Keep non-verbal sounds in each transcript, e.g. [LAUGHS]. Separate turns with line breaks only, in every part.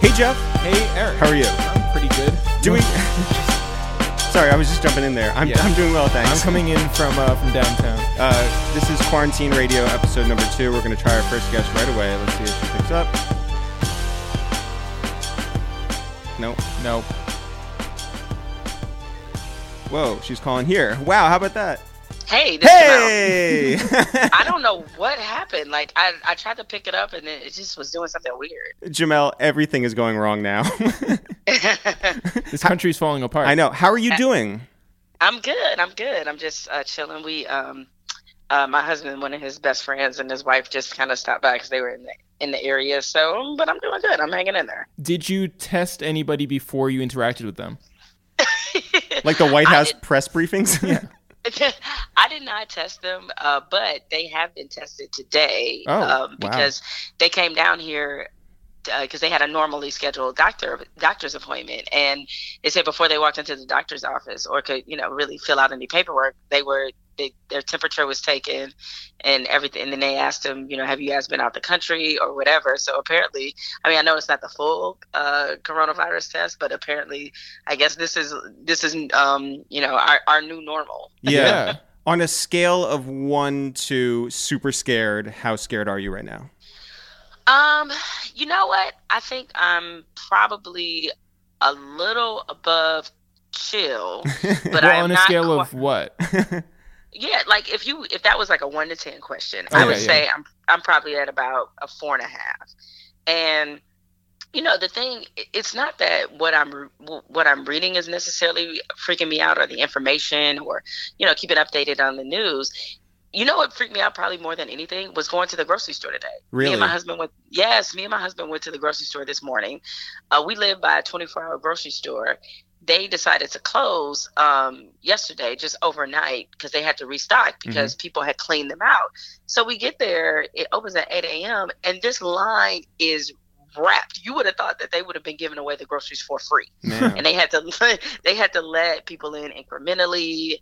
Hey, Jeff.
Hey, Eric.
How are you?
I'm pretty good.
[LAUGHS] Doing. Sorry, I was just jumping in there. I'm,
Yeah.
I'm doing well,
I'm
thanks.
coming in from uh, from downtown.
Uh, this is Quarantine Radio, episode number two. We're going to try our first guest right away. Let's see if she picks up. Nope.
Nope.
Whoa, she's calling here. Wow, how about that?
Hey, this hey!
Hey!
I don't know what happened. Like I, I tried to pick it up and it it just was doing something weird.
[LAUGHS]
[LAUGHS]
Jamel, everything is going wrong [LAUGHS] now.
This country's falling apart.
I know. How are you doing?
I'm good. I'm good. I'm just uh, chilling. We um, uh, my husband, and one of his best friends, and his wife just kind of stopped by because they were in the in the area. So, but I'm doing good. I'm hanging in there.
Did you test anybody before you interacted with them?
[LAUGHS]
Like the White House press briefings? Yeah.
I did not test them, uh, but they have been tested today
Oh, wow.
um, because they came down here because they had a normally scheduled doctor doctor's appointment, and they said before they walked into the doctor's office or could you know really fill out any paperwork, they were they, their temperature was taken and everything, and then they asked them, you know, have you guys been out the country or whatever? So apparently, I mean, I know it's not the full uh, coronavirus test, but apparently, I guess this is this is um, you know our our new normal.
[LAUGHS] yeah. On a scale of one to super scared, how scared are you right now? [LAUGHS]
Um, you know what? I think I'm probably a little above
[LAUGHS]
chill, but
well,
I'm
on a
not
scale
qui-
of what?
yeah, like if you if that was like a one to ten question,
Okay,
I would
Oh, yeah.
say I'm I'm probably at about a four and a half, and you know the thing i- it's not that what i'm re- what i'm reading is necessarily freaking me out or the information or you know keeping updated on the news you know what freaked me out probably more than anything was going to the grocery store today me
Really?
and my husband went yes me and my husband went to the grocery store this morning uh, we live by a 24 hour grocery store they decided to close um, yesterday just overnight because they had to restock because people had cleaned them out so we get there it opens at 8 a.m and this line is wrapped you would have thought that they would have been giving away the groceries for free
Man.
[LAUGHS] and they had to they had to let people in incrementally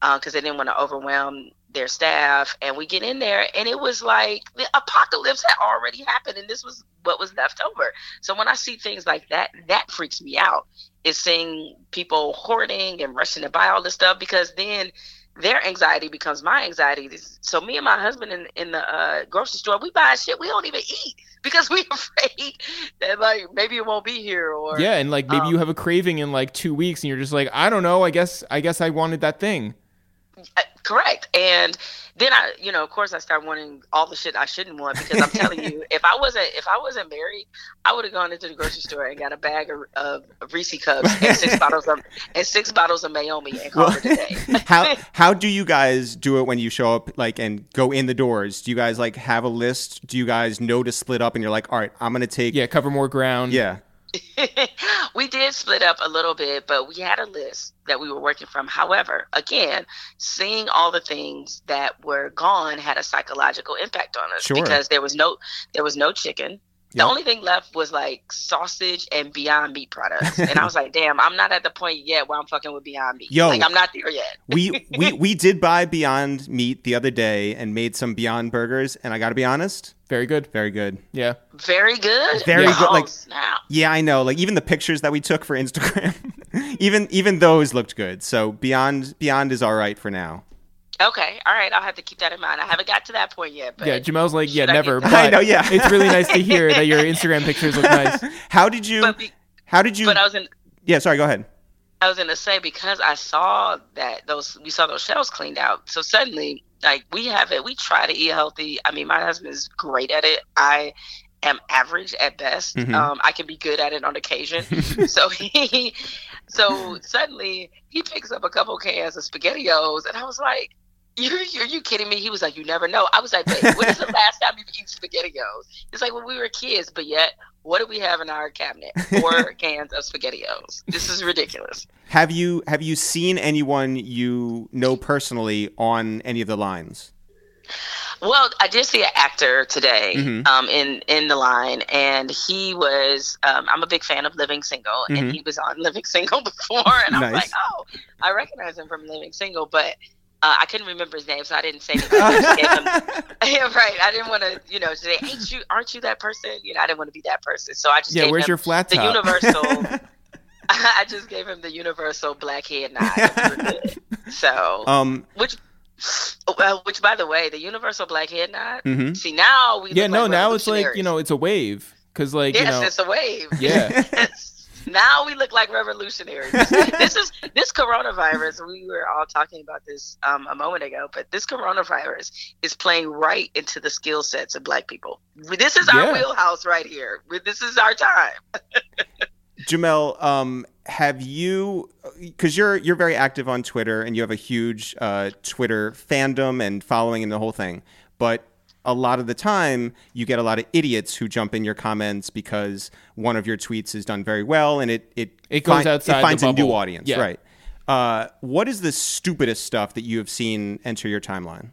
because they didn't want to overwhelm their staff and we get in there and it was like the apocalypse had already happened and this was what was left over so when i see things like that that freaks me out is seeing people hoarding and rushing to buy all this stuff because then their anxiety becomes my anxiety so me and my husband in, in the uh, grocery store we buy shit we don't even eat [LAUGHS] because we're afraid that like maybe it won't be here or
yeah, and like maybe
um,
you have a craving in like two weeks, and you're just like, I don't know. I guess I guess I wanted that thing.
Uh, correct and then i you know of course i start wanting all the shit i shouldn't want because i'm telling you if i wasn't if i wasn't married i would have gone into the grocery store and got a bag of, of reese cups and six bottles of and six bottles of mayomi and called it a day
how how do you guys do it when you show up like and go in the doors? Do you guys like have a list? Do you guys know to split up and you're like, all right, I'm gonna take
Yeah, cover more ground.
yeah.
[LAUGHS] we did split up a little bit, but we had a list that we were working from. However, again, seeing all the things that were gone had a psychological impact on us
Sure.
because there was no there was no chicken. The
Yep.
only thing left was like sausage and Beyond Meat products, and I was like, "Damn, I'm not at the point yet where I'm fucking with Beyond Meat.
Yo.
like, I'm not there yet."
We we we did buy Beyond Meat the other day and made some Beyond Burgers, and I gotta be honest,
Very good.
very good.
Yeah.
Very good,
Very
Yeah.
good,
Oh,
like-
snap.
Yeah, I know. Like even the pictures that we took for Instagram, [LAUGHS] even even those looked good. So Beyond Beyond is all right for now. [LAUGHS]
Okay, all right, I'll have to keep that in mind. I haven't got to that point yet, but
yeah. Jamel's like, yeah,
should I get
never.
that?
I
but
know, yeah.
it's really nice
[LAUGHS]
to hear that your Instagram pictures look nice.
[LAUGHS] How did you?
but, be,
how did you?
but uh, I was in
yeah, sorry. Go ahead.
I was gonna say because I saw that those we saw those shelves cleaned out. So suddenly, like we have it, we try to eat healthy. I mean, my husband is great at it. I am average at best.
Mhm.
Um, I can be good at it on occasion. so he, so suddenly he picks up a couple cans of SpaghettiOs, and I was like. You, you, you kidding me? He was like, you never know. I was like, babe, when is the last time you've eaten SpaghettiOs? It's like when we were kids, but yet, what do we have in our cabinet? Four cans of SpaghettiOs. This is ridiculous.
Have you have you seen anyone you know personally on any of the lines?
Well, I did see an actor today
Mm-hmm.
Mhm.
um, in in the line, and he was. Um, I'm a big fan of Living Single,
Mm-hmm.
Mhm.
[LAUGHS] and he was on Living Single before, and I was
Nice.
like, oh, I recognize him from Living Single, but Uh, I couldn't remember his name, so I didn't say anything. I just gave
[LAUGHS]
him- [LAUGHS] yeah, right. I didn't want to, you know, say, "Ain't you? Aren't you that person?" You know, I didn't want to be that person, so I just
Yeah,
gave
where's
him
your flat
the
top?
universal.
[LAUGHS]
[LAUGHS] I just gave him the universal black head nod. so,
[LAUGHS]
um.
which, well, which by the way, the universal black head nod.
hmm
See now we
Mm-hmm. yeah,
look
no,
like
now it's like,
revolutionaries.
you know, it's a wave. Because, like,
yes,
you know,
it's a wave.
yeah.
[LAUGHS] Yes. now we look like revolutionaries. this is this coronavirus. We were all talking about this um, a moment ago, but this coronavirus is playing right into the skill sets of Black people. This is our
Yeah.
wheelhouse right here. This is our time.
Jamel, um, have you? Because you're you're very active on Twitter, and you have a huge uh, Twitter fandom and following, and the whole thing. But a lot of the time, you get a lot of idiots who jump in your comments because one of your tweets is done very well, and it it
It goes
fin-
outside
It
the
finds a new
bubble.
audience,
Yeah.
right? Uh, what is the stupidest stuff that you have seen enter your timeline?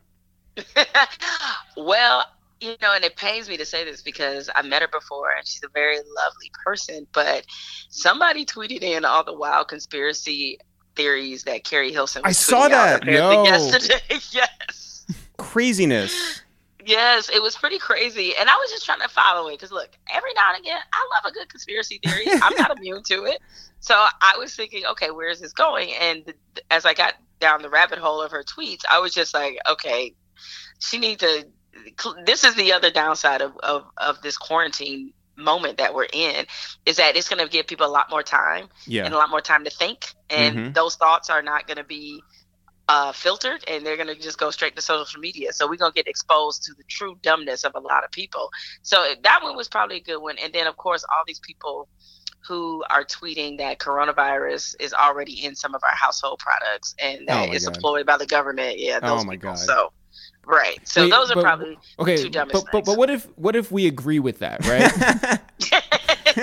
[LAUGHS] well, you know, and it pains me to say this because I met her before and she's a very lovely person, but somebody tweeted in all the wild conspiracy theories that Carrie Hilson was
I saw
tweeting out
that.
apparently
No.
yesterday. [LAUGHS] yes. [GASPS]
Craziness.
Yes, it was pretty crazy, and I was just trying to follow it because look, every now and again, I love a good conspiracy theory. I'm not immune to it, so I was thinking, okay, where is this going? And th- as I got down the rabbit hole of her tweets, I was just like, okay, she needs to. cl- This is the other downside of of, of this quarantine moment that we're in is that it's going to give people a lot more time and
Yeah.
a lot more time to think. And
Mhm.
those thoughts are not going to be uh, filtered and they're going to just go straight to social media. So we're going to get exposed to the true dumbness of a lot of people. So that one was probably a good one. And then, of course, all these people who are tweeting that coronavirus is already in some of our household products and
Oh
that
my
it's
God.
employed by the government. Yeah.
Oh
Those
my
people.
God.
So, right. So
Wait,
those are
but-
probably.
Okay,
Two
but,
dumbest
but but
things.
what if what if we agree with that, right?
[LAUGHS]
[LAUGHS]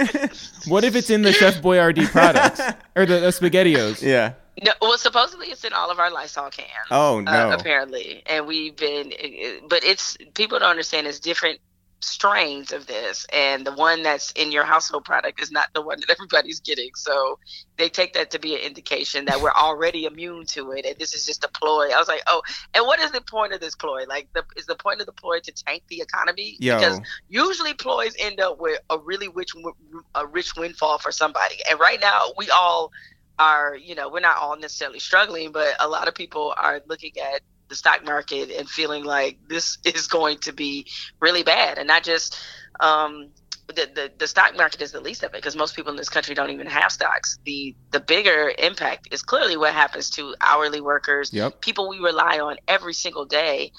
what if it's in the Chef
[LAUGHS]
Boyardee [LAUGHS] products or the, the SpaghettiOs?
yeah.
no, well, supposedly it's in all of our Lysol cans.
Oh no.
uh, apparently and we've been uh, but it's people don't understand it's different strains of this and the one that's in your household product is not the one that [LAUGHS] everybody's getting so they take that to be an indication that we're already immune to it and this is just a ploy i was like oh and what is the point of this ploy like the, is the point of the ploy to tank the economy
Yo.
because usually ploys end up with a really rich win- a rich windfall for somebody and right now we all are you know we're not all necessarily struggling but a lot of people are looking at the stock market and feeling like this is going to be really bad and not just um the, the, the stock market is the least of it because most people in this country don't even have stocks. The the bigger impact is clearly what happens to hourly workers,
Yep.
people we rely on every single day,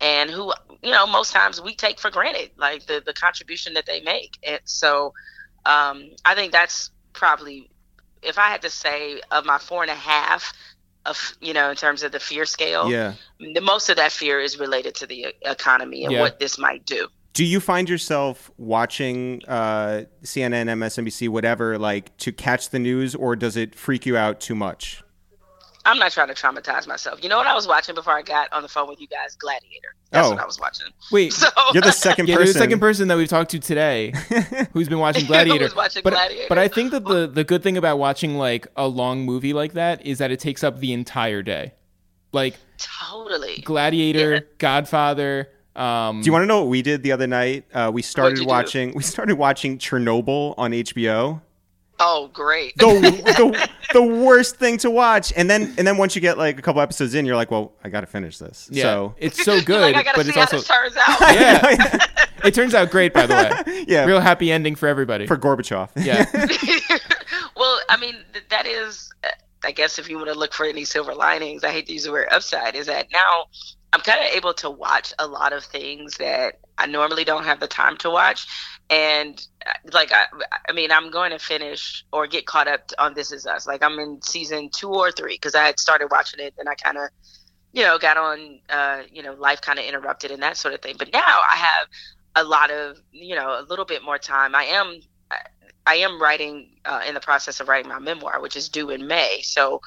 and who you know most times we take for granted, like the the contribution that they make. And so, um, I think that's probably if I had to say of my four and a half of you know in terms of the fear scale,
Yeah.
the most of that fear is related to the e- economy and
Yeah.
what this might do.
Do you find yourself watching uh, CNN, MSNBC, whatever, like to catch the news, or does it freak you out too much?
I'm not trying to traumatize myself. You know what I was watching before I got on the phone with you guys? Gladiator. That's
Oh.
what I was watching.
Wait,
[LAUGHS] So
You're the second
yeah, you're
person.
the second person that we've talked
[LAUGHS]
to today who's been
[LAUGHS]
watching Gladiator.
was watching
but,
Gladiator.
but I think that the the good thing about watching like a long movie like that is that it takes up the entire day. Like
totally.
Gladiator,
Yeah.
Godfather. Um,
Do you want to know what we did the other night? Uh, we
you
started
do?
watching. We started watching Chernobyl on HBO.
Oh, great. [LAUGHS]
The, the the worst thing to watch, and then and then once you get like a couple episodes in, you're like, well, I got to finish this.
Yeah,
So
it's so good,
[LAUGHS] like, I gotta
but
see
it's
how
also
this
[LAUGHS]
turns
[LAUGHS]
out. [LAUGHS]
yeah. it turns out great, by the way.
yeah,
Real happy ending for everybody.
for Gorbachev.
yeah.
[LAUGHS]
well, I mean, th- that is, uh, I guess, if you want to look for any silver linings, I hate to use the word upside, is that now I'm kind of able to watch a lot of things that I normally don't have the time to watch. And uh, like, I, I mean, I'm going to finish or get caught up on This Is Us. Like, I'm in season two or three because I had started watching it and I kind of you know, got on, uh, you know, life kind of interrupted and that sort of thing. But now I have a lot of, you know, a little bit more time. I am, I, I am writing uh, in the process of writing my memoir, which is due in May. So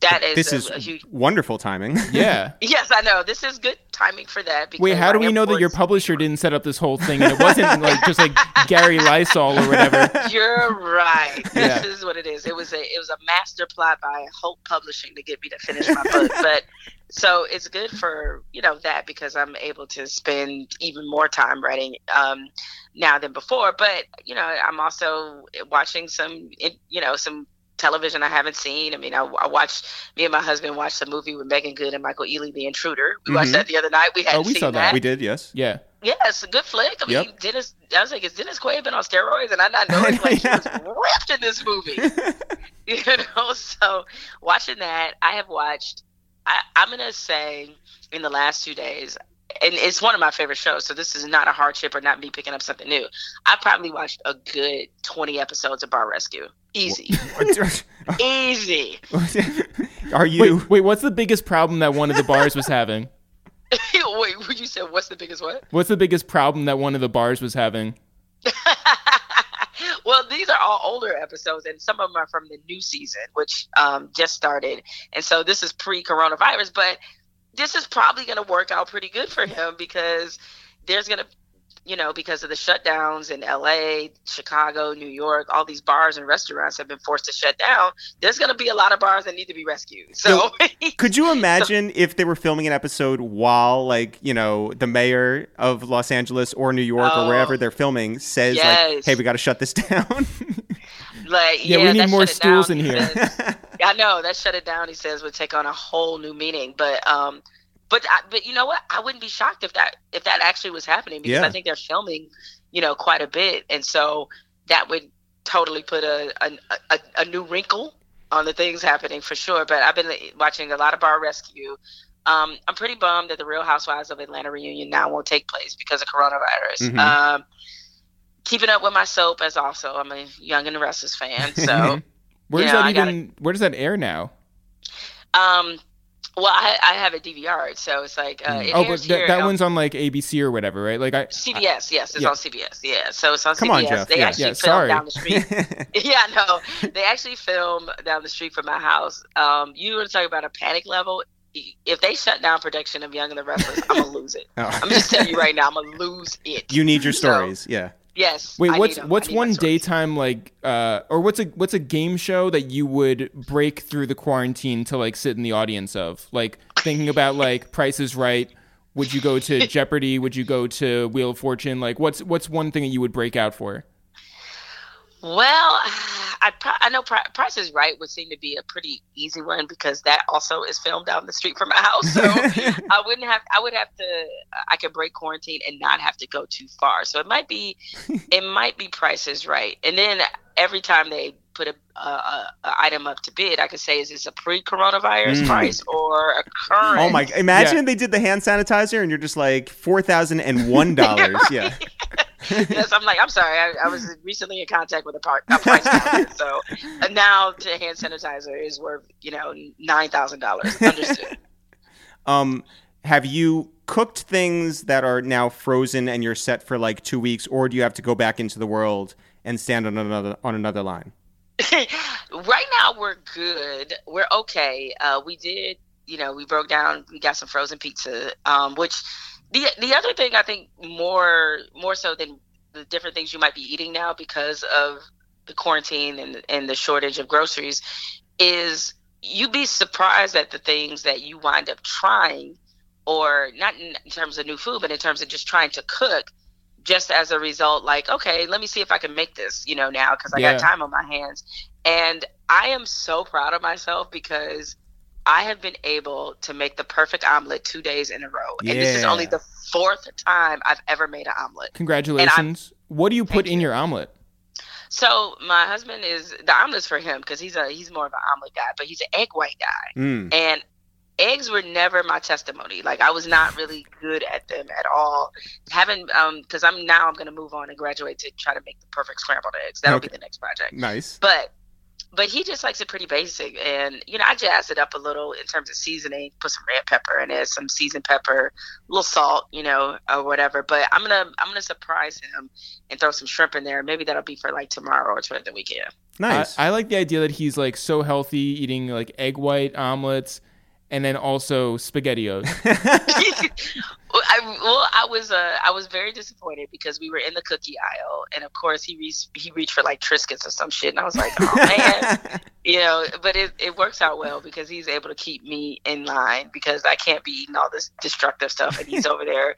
That is
this
a,
is
a huge.
wonderful timing.
Yeah.
Yes, I know. This is good timing for that. Because
Wait, how do
I
we know that your
enforce-
publisher didn't set up this whole thing and it wasn't like just like Gary Lysol or
[LAUGHS]
whatever?
[LAUGHS] You're
[LAUGHS]
right. This
Yeah.
is what it is. It was a it was a master plot by Hope Publishing to get me to finish my
[LAUGHS]
book. But so it's good for you know that because I'm able to spend even more time writing um, now than before. But you know I'm also watching some it- you know some television I haven't seen. I mean I, I watched me and my husband watched the movie with Megan Good and Michael Ealy, The Intruder. We
Mhm.
watched that the other night. We hadn't
Mm-hmm. Oh, we
seen
saw that.
[LAUGHS] we did,
[LAUGHS]
yes.
Yeah.
yeah, it's a good flick. I mean,
Yep.
Dennis, I was like, is Dennis Quaid been on steroids? And
[LAUGHS]
I not knowing, like,
Yeah.
he was ripped in
[LAUGHS]
this movie. [LAUGHS] you know, so watching that, I have watched, I, I'm going to say in the last two days, and it's one of my favorite shows, so this is not a hardship or not me picking up something new. I probably watched a good 20 episodes of Bar Rescue.
[LAUGHS]
Easy. Easy. [LAUGHS]
Are you?
Wait, wait, what's the biggest problem that one of the bars was having?
Wait, what you said what's the biggest what?
What's the biggest problem that one of the bars was having?
[LAUGHS] well, these are all older episodes, and some of them are from the new season, which um, just started. And so this is pre coronavirus, but this is probably going to work out pretty good for him because there's going to, you know, because of the shutdowns in LA, Chicago, New York, all these bars and restaurants have been forced to shut down. There's going to be a lot of bars that need to be rescued. So,
Could you imagine if they were filming an episode while, like, you know, the mayor of Los Angeles or New York or
Oh.
wherever they're filming says, like,
Yes.
"Hey, we got to shut this [LAUGHS] down."
like,
Yeah,
yeah,
we need
that
more
shut it down.
stools in here.
Because-
[LAUGHS]
I know that shut it down. He says would take on a whole new meaning, but um, but I, but you know what? I wouldn't be shocked if that if that actually was happening because
Yeah.
I think they're filming, you know, quite a bit, and so that would totally put a a, a, a new wrinkle on the things happening for sure. But I've been watching a lot of Bar Rescue. Um, I'm pretty bummed that the Real Housewives of Atlanta reunion now won't take place because of coronavirus.
Mhm.
Mm-hmm.
Um, keeping up with my soap as also I'm a Young and the
[LAUGHS]
Restless fan, so.
Mm-hmm. Where does
Yeah,
that
I gotta-
even where does that air now?
Um, well, I, I have it DVR, so it's like uh, it
oh, but
airs
that
here
that
on
one's on like ABC or whatever, right? Like I
CBS. Yes, it's
yeah.
on CBS. Yeah, so it's on
Come
CBS.
on, Jeff,
They
yeah.
actually
Yeah,
film
sorry.
down
[LAUGHS]
the street. [LAUGHS] yeah, no, they actually film down the street from my house. Um, you were talking about a panic level. E, If they shut down production of Young and the Restless,
[LAUGHS]
I'm gonna lose it.
[LAUGHS] Oh.
I'm just telling you right now, I'm gonna lose it.
You need your
So-
stories. Yeah.
yes.
Wait,
I
what's
need 'em. I
what's
need my
one
stories.
daytime like uh or what's a what's a game show that you would break through the quarantine to like sit in the audience of? Like thinking about like Price is Right, would you go
[LAUGHS]
to Jeopardy, would you go to Wheel of Fortune? Like what's what's one thing that you would break out for?
Well, [SIGHS] I pro- I know Pri- Price is Right would seem to be a pretty easy one because that also is filmed down the street from my house.
[LAUGHS]
So I wouldn't have I would have to I could break quarantine and not have to go too far. So it
[LAUGHS]
might be it might be Price is Right. And then every time they put a, a, a, a item up to bid, I could say is this a pre-coronavirus
Mm.
price or a current?
Oh my! Imagine they did the hand sanitizer, and you're just like four thousand and one dollars. Yeah.
yes, I'm like, I'm sorry. I, I was recently in contact with a, par- a price doctor, so and now to hand sanitizer is worth you know nine thousand dollars. Understood. [LAUGHS]
Um, have you cooked things that are now frozen and you're set for like two weeks, or do you have to go back into the world and stand on another on another line?
right now we're good. We're okay. Uh, we did, you know, we broke down. We got some frozen pizza, um, which the the other thing I think more more so than the different things you might be eating now because of the quarantine and and the shortage of groceries is you'd be surprised at the things that you wind up trying or not in terms of new food but in terms of just trying to cook just as a result like okay let me see if i can make this you know now because i
Yeah.
got time on my hands and i am so proud of myself because i have been able to make the perfect omelet two days in a row and this is
Yeah.
only the fourth time i've ever made an omelet
Congratulations. What do you put
Thank
in your omelet?
so my husband is the omelets for him because he's a he's more of an omelet guy but he's an egg white guy
Mm.
and eggs were never my testimony like i was not really good at them at all having um because i'm now i'm going to move on and graduate to try to make the perfect scrambled eggs that'll be the next project
Nice.
but but he just likes it pretty basic. And you know, I jazzed it up a little in terms of seasoning. Put some red pepper in it, some seasoned pepper, a little salt, you know, or whatever. But I'm gonna I'm gonna surprise him and throw some shrimp in there. Maybe that'll be for like tomorrow or toward the weekend. [LAUGHS]
Nice.
I, I like the idea that he's like so healthy, eating like egg white omelets, and then also spaghettios.
Well, I, well, I was uh, I was very disappointed because we were in the cookie aisle, and of course he reached he reached for like Triscuits or some shit, and I was like, oh
[LAUGHS]
man, you know. But it, it works out well because he's able to keep me in line because I can't be eating all this destructive stuff, and he's over there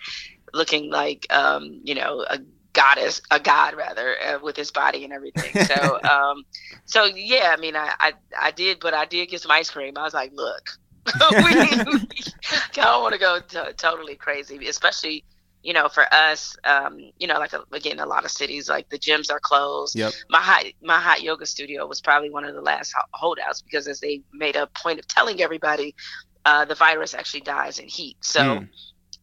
looking like um you know a goddess a god rather uh, with his body and everything. So um so yeah, I mean I, I I did, but I did get some ice cream. I was like, look. [LAUGHS] I [LAUGHS] don't want to go t- totally crazy, especially you know for us. Um, you know, like a, again, a lot of cities like the gyms are closed.
Yep.
My hot my hot yoga studio was probably one of the last ho- holdouts because as they made a point of telling everybody, uh, the virus actually dies in heat. So,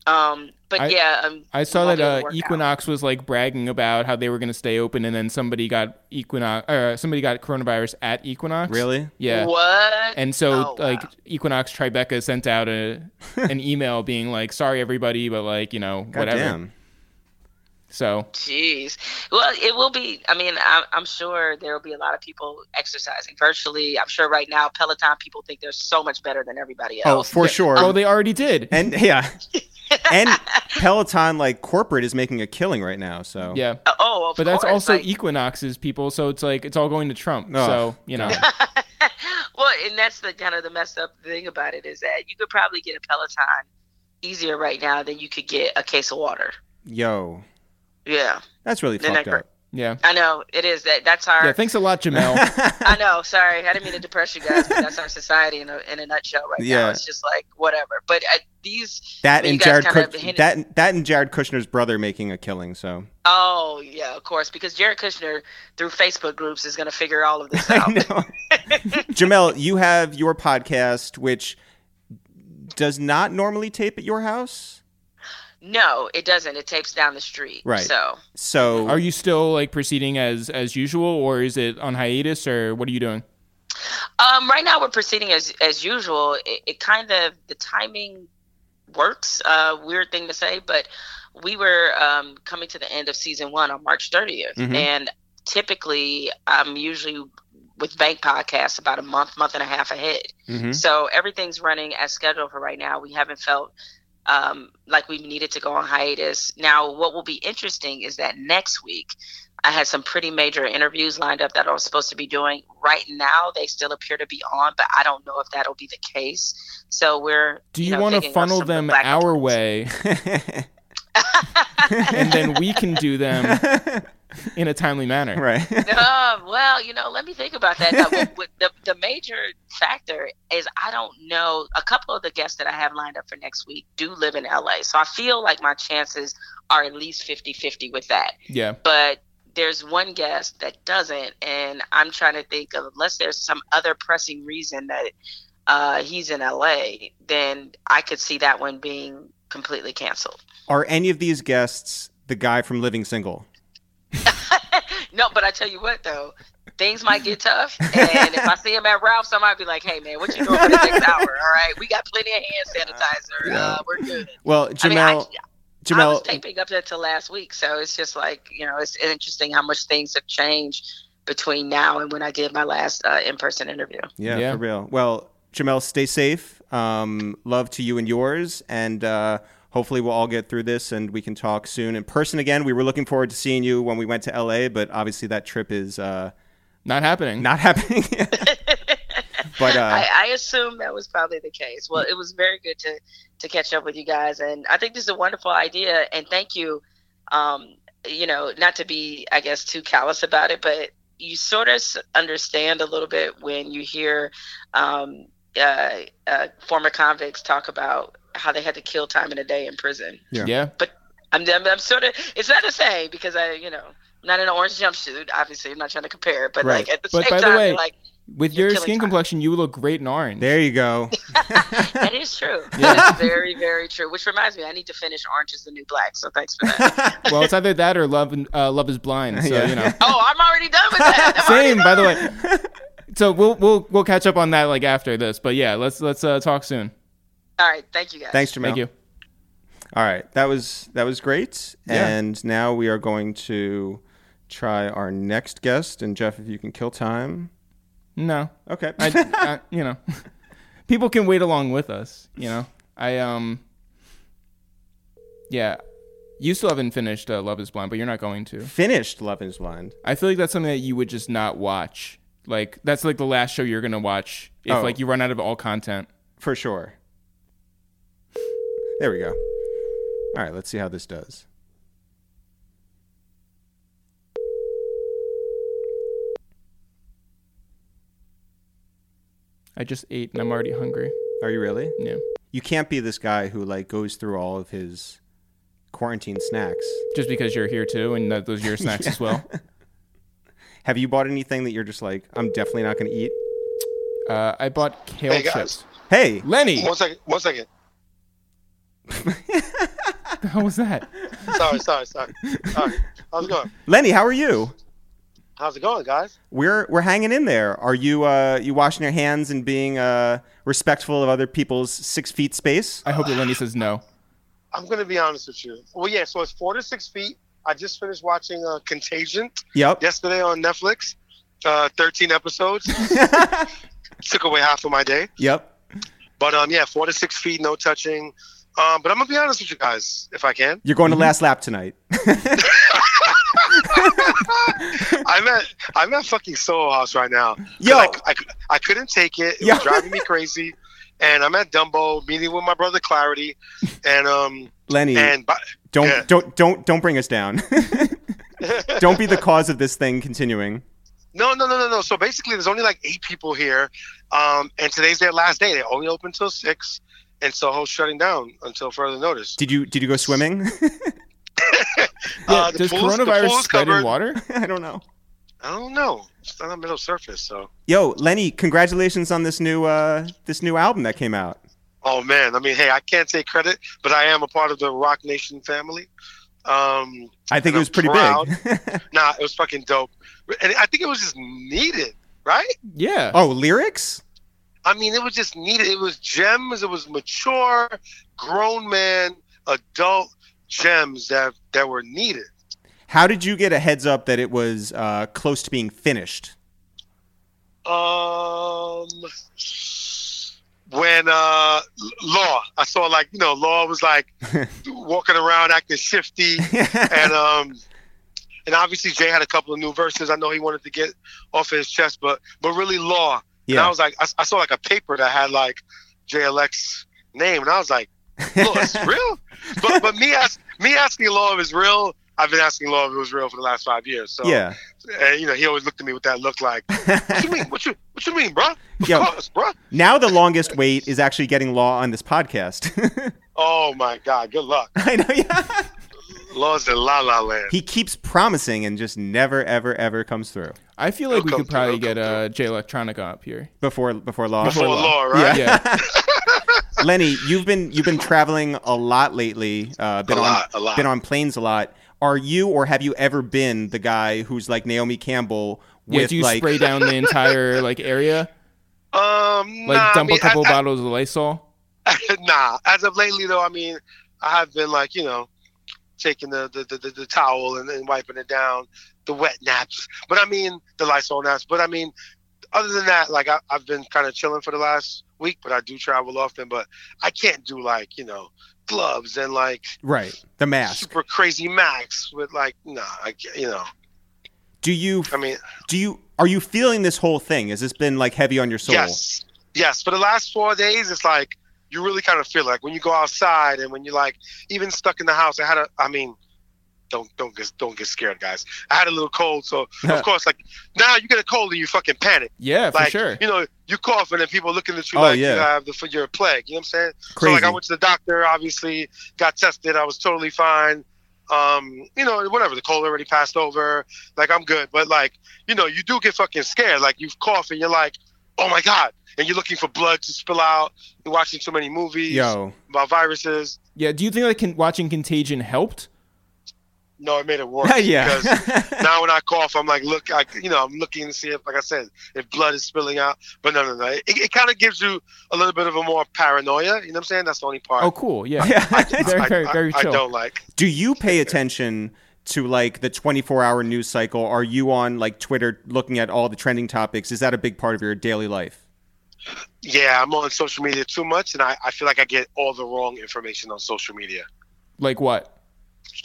um, but
Hmm. I-
yeah, um,
I saw
Well,
that uh,
it'll work out.
Equinox was like bragging about how they were going to stay open, and then somebody got Equinox, or uh, somebody got coronavirus at Equinox.
really?
Yeah.
what?
And so,
Oh,
like
wow.
Equinox Tribeca sent out a an email being like, "Sorry, everybody, but like, you know,
God
whatever."
damn.
So
Jeez. Well, it will be. I mean, I, I'm sure there will be a lot of people exercising virtually. I'm sure right now, Peloton people think they're so much better than everybody
Oh,
else.
for sure.
oh, they already did.
and yeah. and Peloton like corporate is making a killing right now, so
yeah,
Uh, oh, of
but that's
course,
also
like-
Equinox's people, so it's like it's all going to Trump.
Oh,
so you
[LAUGHS]
know,
God.
well, and that's the kind of the messed up thing about it is that you could probably get a Peloton easier right now than you could get a case of water.
Yo.
Yeah,
That's really
Then
fucked
I-
up.
yeah,
I know it is. That that's our.
yeah. Thanks a
[LAUGHS]
lot, Jamel.
[LAUGHS] I know. Sorry, I didn't mean to depress you guys, but that's our society in a, in a nutshell right
Yeah.
now. It's just like whatever. But uh, these.
That
You
and
guys
Jared
kinda
Kush-
hinted-
that that and Jared Kushner's brother making a killing, so
Oh yeah, of course, because Jared Kushner through Facebook groups is going to figure all of
[LAUGHS]
this
I
out. [LAUGHS]
know. Jamel, you have your podcast which does not normally tape at your house.
no, it doesn't. It tapes down the street.
Right.
So
So
are you still like proceeding as as usual, or is it on hiatus, or what are you doing?
Um, right now we're proceeding as as usual. It, it kind of the timing works. Uh, weird thing to say, but we were um, coming to the end of season one on March 30th,
Mhm.
and typically I'm usually with bank podcasts about a month, month and a half ahead.
Mm-hmm.
Mhm.
So everything's running as scheduled for right now. We haven't felt um, like we needed to go on hiatus. Now, what will be interesting is that next week, I had some pretty major interviews lined up that I was supposed to be doing. Right now, they still appear to be on, but I don't know if that'll be the case. So we're.
Do you
know,
want to
thinking of
funnel
some
them
black-
our
[LAUGHS]
way,
Mm-hmm.
and then we can
[LAUGHS]
do them
um,
in a timely manner?
right.
Um, well, you know, let me think about that. Now, what- what- the, the major factor is I don't know. A couple of the guests that I have lined up for next week do live in LA. So I feel like my chances are at least 50 50 with that.
Yeah.
But there's one guest that doesn't. And I'm trying to think of, unless there's some other pressing reason that uh, he's in LA, then I could see that one being completely canceled.
Are any of these guests the guy from Living Single?
[LAUGHS] no, but I tell you what though, things might get tough, and if I see him at Ralph's, I might be like, "Hey man, what you doing for the next hour? All right, we got plenty of hand sanitizer.
Yeah.
Uh, we're good."
Well, Jamel,
I mean, I, I was
Jamel,
taping up until last week, so it's just like you know, it's interesting how much things have changed between now and when I did my last uh, in-person interview. [LAUGHS]
yeah,
Yeah.
for real. Well, Jamel, stay safe. Um, love to you and yours, and uh, hopefully we'll all get through this and we can talk soon in person again. We were looking forward to seeing you when we went to LA, but obviously that trip is uh,
Not happening.
not happening. [LAUGHS] but uh,
[LAUGHS] I, I assume that was probably the case. Well, it was very good to to catch up with you guys, and I think this is a wonderful idea. And thank you. Um, you know, not to be, I guess, too callous about it, but you sort of s- understand a little bit when you hear um, uh, uh, former convicts talk about how they had to kill time in a day in prison.
Yeah.
Yeah.
I'm, I'm, I'm sort of, it's not the same because I, you know, I'm not in an orange jumpsuit. Obviously, I'm not trying to compare it, but
Right.
like at the
But
same
by the
time,
way-
like
With
You're
your
killing
skin
time.
complexion, you look great in orange.
there you go. [LAUGHS]
That is true.
Yeah.
That is very, very true. Which reminds me, I need to finish Orange is the New Black, so thanks for that.
[LAUGHS]
Well, it's either that or love and uh, love is blind. So
Yeah.
[LAUGHS]
you know.
oh, I'm already done with that. I'm already
Same, by the way. so we'll we'll we'll catch up on that like after this. But yeah, let's let's uh, talk soon.
All right. Thank you guys.
Thanks, Jamel.
Thank you.
All right, that was that was great.
Yeah.
And now we are going to try our next guest. And Jeff, if you can kill time, [LAUGHS]
No,
okay.
I, I you know, [LAUGHS] people can wait along with us. You know, I um, yeah, you still haven't finished uh, Love Is Blind, but you're not going to.
Finished Love Is Blind.
I feel like that's something that you would just not watch. Like that's like the last show you're gonna watch if
Oh.
like you run out of all content.
For sure. There we go. All right, let's see how this does.
I just ate and I'm already hungry.
Are you really?
Yeah,
You can't be this guy who like goes through all of his quarantine snacks.
just because you're here too, and
[LAUGHS]
that those are your snacks as well.
Have you bought anything that you're just like, I'm definitely not going to eat?
Uh, I bought kale
Hey, guys.
chips.
Hey, [LAUGHS]
Lenny,
One second. One second.
what the hell was that?
Sorry, sorry, sorry. Sorry. How's it going?
Lenny, how are you?
How's it going, guys?
We're we're hanging in there. Are you uh you washing your hands and being uh respectful of other people's six feet space?
I hope that Lenny says no.
I'm gonna be honest with you. Well, yeah. So it's four to six feet. I just finished watching uh, Contagion
[LAUGHS] Yep.
yesterday on Netflix. Uh, 13 episodes. [LAUGHS] Took away half of my day.
Yep.
But um, yeah, four to six feet, no touching. Um, but I'm gonna be honest with you guys, if
[LAUGHS]
I can.
You're
Mm-hmm.
going to last lap tonight.
I'm at I'm at fucking Soho House right now. 'Cause
Yo.
I, I, I couldn't take it. It
Yo.
was driving me crazy. And I'm at Dumbo meeting with my brother Clarity, and um
Lenny,
and by,
don't
yeah.
don't don't don't bring us
[LAUGHS]
down. [LAUGHS] don't be the cause of this thing continuing.
No, no, no, no, no. So basically, there's only like eight people here, um, and today's their last day. They only open till six, and Soho's shutting down until further notice.
Did you did you go swimming? [LAUGHS]
Yeah,
Uh, the
does
pool's- the
coronavirus
pool's
spread in
covered.
water?
I don't know.
I don't know. It's not a middle surface, so.
Yo, Lenny, congratulations on this new uh this new album that came out.
Oh man, I mean, hey, I can't take credit, but I am a part of the Rock Nation family. Um,
I think
And
it was
I'm
pretty big.
nah, it was fucking dope, and I think it was just needed, right?
Yeah.
[LAUGHS] oh, lyrics?
I mean, it was just needed. It was gems. It was mature, grown man, adult gems that that were needed.
How did you get a heads up that it was uh close to being finished? [LAUGHS]
Um, when uh, Law, I saw like you know Law was
[LAUGHS]
like walking around acting shifty, and um, and obviously Jay had a couple of new verses. I know he wanted to get off his chest, but but really Law. And I
yeah.
was like, I, I saw like a paper that had like JLX name, and I was like, Law,
[LAUGHS]
it's real. but but me ask me asking Law if it's real. I've been asking Law if it was real for the last five years. So
Yeah.
and you know he always looked at me with that look like. What you mean? What you What you mean, bro? Of
Yo.
course, bro.
[LAUGHS] Now the longest wait is actually getting law on this podcast. [LAUGHS]
Oh my God! Good luck.
I know. Yeah.
[LAUGHS] Laws in La La Land.
He keeps promising and just never, ever, ever comes through
I feel like we
Welcome
could probably
to-
get uh, J Electronica up here.
before before law.
Before
Law.
law,
[LAUGHS]
right?
Yeah.
Lenny, you've been you've been traveling a lot lately. Uh, been
A
on
lot, a lot.
been on planes a lot. Are you or have you ever been the guy who's like Naomi Campbell
Yeah.
with
Do you
like
spray down the entire like area?
[LAUGHS] Um,
Like
nah, I
dump
mean,
a couple
I-
bottles of Lysol?
I- [LAUGHS] nah. As of lately, though, I mean, I have been like you know, taking the the, the, the, the towel and, and wiping it down, the wet naps. But I mean, the Lysol naps. But I mean, other than that, like I, I've been kind of chilling for the last week. But I do travel often. But I can't do like you know gloves and like
right the mask?
super crazy max with like nah I, ca- you know
Do you
i mean
do you are you feeling this whole thing? Has this been like heavy on your soul?
yes yes for the last four days it's like you really kind of feel like when you go outside and when you're like even stuck in the house i had a i mean don't don't get don't get scared guys i had a little cold so of course like now you get a cold and you fucking panic
Yeah, for
like
sure.
you know you cough and then people looking at you
Oh,
like
yeah.
you have the you're a plague you know what i'm saying
Crazy.
So like I went to the doctor, obviously got tested. I was totally fine. Um, you know, whatever. The cold already passed over. Like I'm good. But like, you know, you do get fucking scared. Like you've coughed and you're like, oh my god, and you're looking for blood to spill out. You're watching too many movies [LAUGHS]
Yo, [LAUGHS]
about viruses.
Yeah. Do you think like con- watching Contagion helped?
No, it made
[LAUGHS]
it worse.
yeah.
Because now when I cough, I'm like, look, I, you know, I'm looking to see if, like I said, if blood is spilling out. But no, no, no. It, it kind of gives you a little bit of a more paranoia. You know what I'm saying? That's the only part.
Oh, cool. Yeah.
yeah.
Very, very,
I,
very
I,
chill.
I don't like.
Do you pay attention to like the 24 hour news cycle? Are you on like Twitter looking at all the trending topics? Is that a big part of your daily life?
Yeah, I'm on social media too much, and I, I feel like I get all the wrong information on social media.
Like what?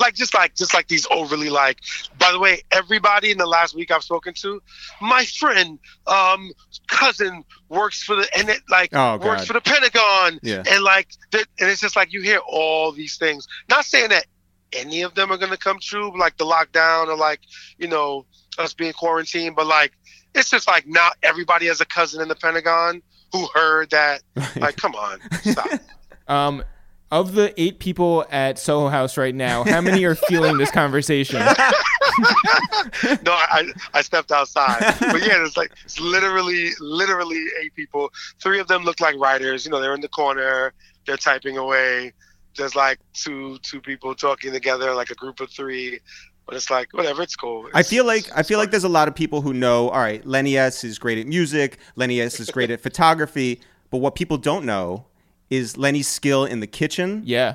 Like just like just like these overly like. By the way, everybody in the last week I've spoken to, my friend, um, cousin works for the and it like
Oh,
works
God.
for the Pentagon,
Yeah.
and like th- and it's just like you hear all these things. Not saying that any of them are gonna come true, like the lockdown or like you know us being quarantined, but like it's just like now everybody has a cousin in the Pentagon who heard that. Like, come on, stop. [LAUGHS]
Um, of the eight people at Soho House right now, how many are feeling this conversation?
[LAUGHS] no, I, I I stepped outside. But yeah, it's like it's literally literally eight people. Three of them look like writers. You know, they're in the corner, they're typing away. There's like two two people talking together, like a group of three. But it's like whatever, it's cool.
I feel like I feel like there's a lot of people who know. All right, Lenny S is great at music. Lenny S is
[LAUGHS]
great at photography. But what people don't know is Lenny's skill in the kitchen.
Yeah.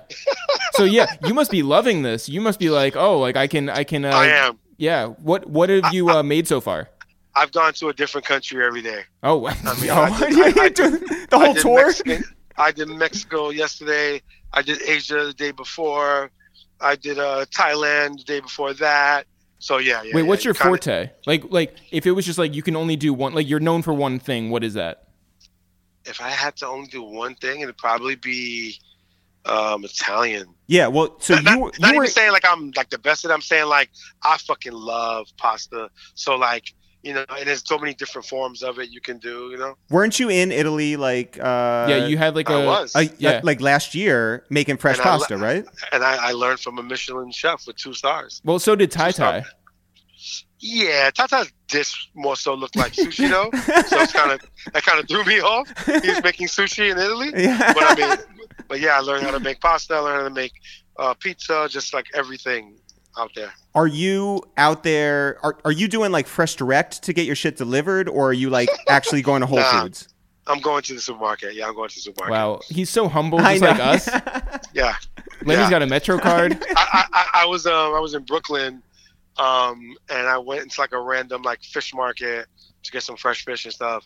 So yeah, you must be loving this. You must be like, oh, like I can, I can. Uh,
I am.
Yeah. What What have you uh, made so far?
I've gone to a different country every day.
Oh,
I mean,
oh,
I did- I- I did-
[LAUGHS] the
I
whole
did
tour.
Mexican- I did Mexico yesterday. I did Asia the day before. I did uh, Thailand the day before that. So yeah, yeah.
[LAUGHS] wait, what's
yeah,
your
you kinda-
forte? Like, like if it was just like you can only do one, like you're known for one thing. What is that?
if I had to only do one thing, it'd probably be um, Italian.
Yeah. Well, so
not,
you
not-
were-
not
you were
even saying like I'm like the best at. it. I'm saying like I fucking love pasta. So like you know, and there's so many different forms of it you can do. You know,
weren't you in Italy like uh,
yeah, you had like
I
a.
was,
uh,
yeah.
like last year making fresh
And I le-
pasta, right? [LAUGHS]
and I, I learned from a Michelin chef with two stars.
Well, so did Tai Tai.
Yeah, Tata's dish more so looked like sushi though, [LAUGHS] so it's kind of that kind of threw me off. He was making sushi in Italy.
Yeah.
But I mean, but yeah, I learned how to make pasta. I learned how to make uh, pizza, just like everything out there.
are you out there? Are, are you doing like fresh direct to get your shit delivered, or are you like actually going to Whole
Nah.
Foods?
I'm going to the supermarket. Yeah, I'm going to the supermarket.
Wow, he's so
[LAUGHS]
humble, just like us.
Yeah,
Lenny's
Yeah.
got a Metro
[LAUGHS]
card.
I, I, I- I was um I was in Brooklyn, um and I went into like a random like fish market to get some fresh fish and stuff,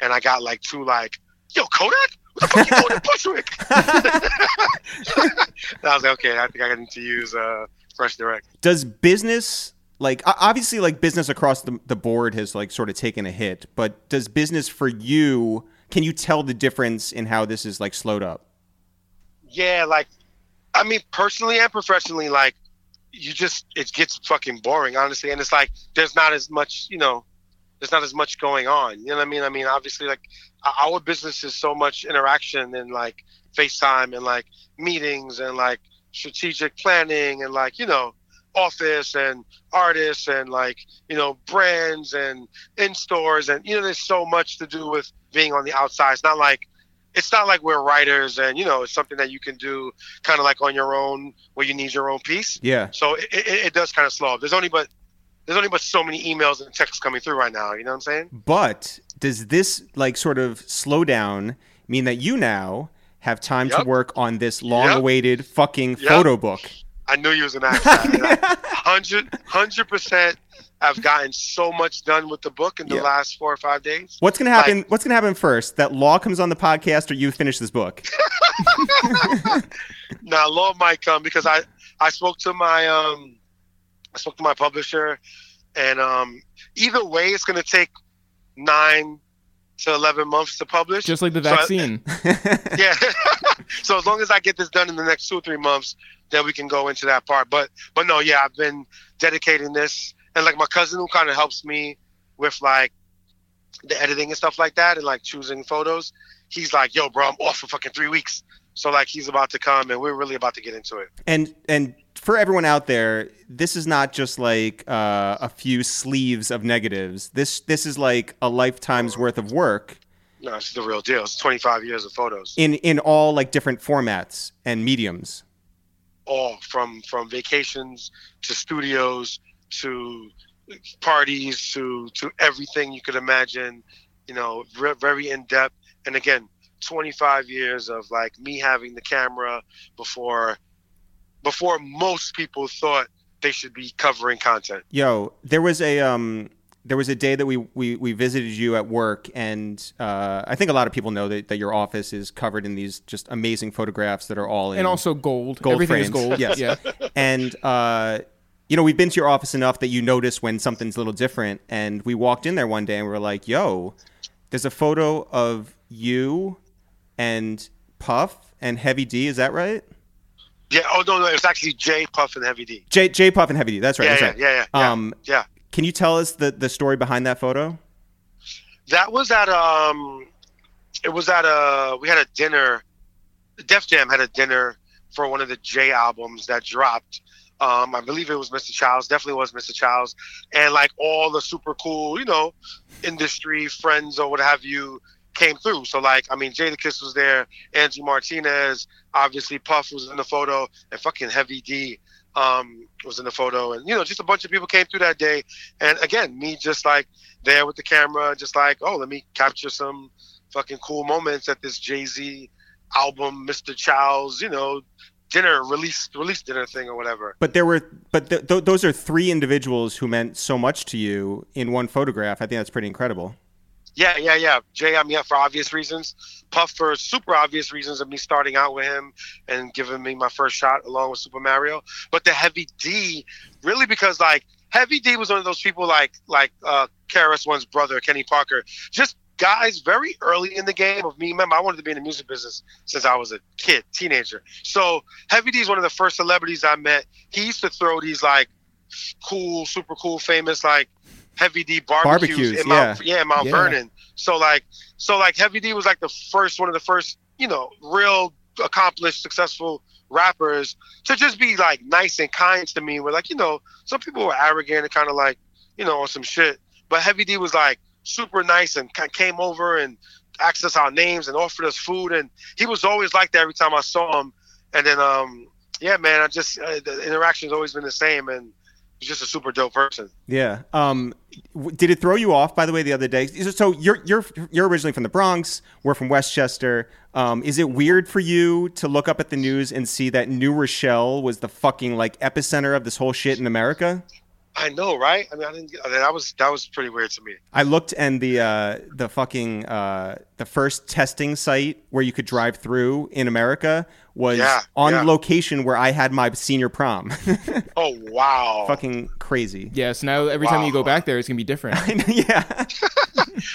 and I got like two like yo Kodak. What the fuck you going to Bushwick?
[LAUGHS]
[LAUGHS] and I was like, okay, I think I need to use uh, Fresh Direct.
does business like o- obviously like business across the, the board has like sort of taken a hit but does business for you can you tell the difference in how this is like slowed up
Yeah, like, I mean, personally and professionally, like, you just it gets fucking boring, honestly. And it's like there's not as much, you know, there's not as much going on. You know what I mean? I mean, obviously, like o- our business is so much interaction and like FaceTime and like meetings and like strategic planning and like you know office and artists and like you know brands and in stores and you know there's so much to do with being on the outside it's not like it's not like we're writers and you know it's something that you can do kind of like on your own where you need your own piece
yeah
so it, it, it does kind of slow up. There's only but there's only but so many emails and texts coming through right now. You know what I'm saying?
but does this like sort of slowdown mean that you now have time to
Yep.
work on this long awaited fucking
Yep.
photo book
[LAUGHS] I knew you was an
[LAUGHS]
actor. Hundred hundred percent. I've gotten so much done with the book in the
Yeah.
last four or five days.
what's gonna happen what's gonna happen first that law comes on the podcast or you finish this book [LAUGHS]
Now law might come um, because I I spoke to my um I spoke to my publisher, and um either way it's gonna take nine to eleven months to publish.
Just like the
So I-
vaccine.
yeah. [LAUGHS] so as long as I get this done in the next two or three months, then we can go into that part. But but no, yeah, I've been dedicating this, and like my cousin who kind of helps me with like the editing and stuff like that, and like choosing photos. He's like, "Yo, bro, I'm off for fucking three weeks." So like he's about to come, and we're really about to get into it.
And and for everyone out there, this is not just like uh, a few sleeves of negatives. This this is like a lifetime's worth of work
No, it's the real deal. It's 25 years of photos.
in in all like different formats and mediums.
all from from vacations to studios to parties to to everything you could imagine. You know, re- very in depth. And again, 25 years of like me having the camera before before most people thought they should be covering content.
Yo, there was a um there was a day that we we, we visited you at work and uh, I think a lot of people know that, that your office is covered in these just amazing photographs that are all in
and also gold.
Mm. Gold
Everything
frames.
is
[LAUGHS]
gold.
Yes.
Yeah.
and uh, you know we've been to your office enough that you notice when something's a little different and we walked in there one day and we were like yo there's a photo of you and puff and heavy d is that right
Yeah. Oh no, no, it's actually J Puff and Heavy D.
j j puff and heavy d that's right
Yeah,
that's
yeah,
right
yeah, yeah, yeah.
um
yeah.
can you tell us the the story behind that photo
That was at um, it was at a we had a dinner. Def Jam had a dinner for one of the J albums that dropped. Um, I believe it was Mr. Childs. Definitely was Mr. Childs, and like all the super cool, you know, industry friends or what have you came through. So like, I mean, Jada Kiss was there, Angie Martinez, obviously Puff was in the photo, and fucking Heavy D um, was in the photo, and you know, just a bunch of people came through that day. And again, me just like there with the camera, just like, oh, let me capture some fucking cool moments at this Jay Z album, Mr. Chow's, you know, dinner release release dinner thing or whatever.
but there were but th- th- those are three individuals who meant so much to you in one photograph i think that's pretty incredible
Yeah, yeah, yeah. Jay, I'm yeah for obvious reasons. Puff for super obvious reasons of me starting out with him and giving me my first shot along with Super Mario. But the Heavy D, really because like Heavy D was one of those people like like uh Karis one's brother, Kenny Parker. Just guys very early in the game of me. Remember, I wanted to be in the music business since I was a kid, teenager. So Heavy D is one of the first celebrities I met. He used to throw these like cool, super cool, famous like Heavy D barbecues,
Barbecues,
in Mount, yeah, in Mount
Yeah.
Vernon. So like, so like Heavy D was like the first one of the first, you know, real accomplished, successful rappers to just be like nice and kind to me. Where like, you know, some people were arrogant and kind of like, you know, on some shit. But Heavy D was like super nice and ca- came over and asked us our names and offered us food. And he was always like that every time I saw him. And then, um, yeah, man, I just uh, the interaction's always been the same, and he's just a super dope person.
Yeah. Um, w- did it throw you off? By the way, the other day. Is it- So you're you're you're originally from the Bronx. We're from Westchester. Um, is it weird for you to look up at the news and see that New Rochelle was the fucking like epicenter of this whole shit in America?
I know, right? I mean, I didn't. get- That was that was pretty weird to me.
I looked and the uh, the fucking uh, the first testing site where you could drive through in America was
Yeah,
on
yeah.
location where I had my senior prom. [LAUGHS]
Oh wow!
fucking crazy. [LAUGHS]
Yeah, so now every time you go
Wow.
back there, it's gonna be different.
yeah.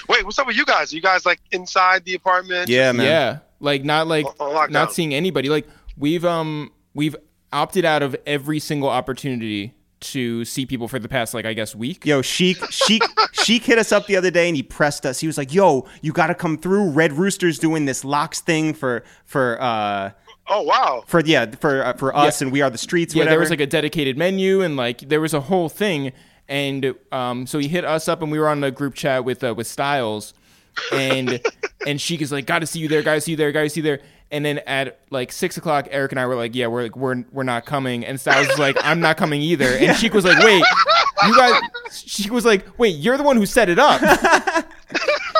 Wait, what's up with you guys? Are you guys like inside the
[LAUGHS]
apartment?
Yeah, man.
Yeah, like not like
On- on lockdown.
not seeing anybody. Like we've um we've opted out of every single opportunity to see people for the past like I guess week.
Yo, Sheik, Sheik, Sheik hit us up the other day and he pressed us. He was like, "Yo, you got to come through. Red Rooster's doing this locks thing for for uh
Oh wow!
for yeah for uh, for us and we are the streets.
Yeah,
whatever.
there was like a dedicated menu and like there was a whole thing. And um, so he hit us up and we were on a group chat with uh, with Styles, and and Sheik is like, "Gotta see you there, gotta see you there, gotta see you there." And then at like six o'clock, Eric and I were like, "Yeah, we're like we're we're not coming." And Styles is like, "I'm not coming either." And Sheik was like, "Wait, you guys?" Sheik was like, "Wait, you're the one who set it up."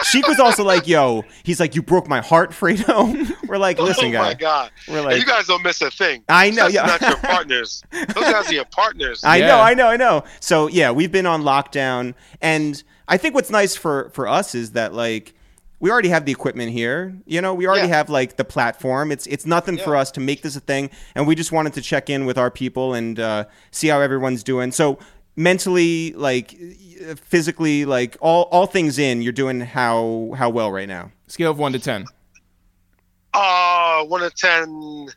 Sheik was also like, "Yo, he's like, you broke my heart, Fredo." [LAUGHS] we're
[LAUGHS]
like, listen,
oh
guy,
my God!
we're
And
like,
you guys don't miss a thing.
I know,
That's
yeah. [LAUGHS]
not your partners. Those guys are your partners.
I know,
Yeah.
I know, I know. So yeah, we've been on lockdown, and I think what's nice for for us is that like we already have the equipment here. You know, we already
Yeah.
have like the platform. It's it's nothing for us to make this a thing, and we just wanted to check in with our people and uh, see how everyone's doing. So mentally, like y- physically, like all all things in, you're doing how how well right now?
Scale of one to ten.
Uh, one of ten. Um,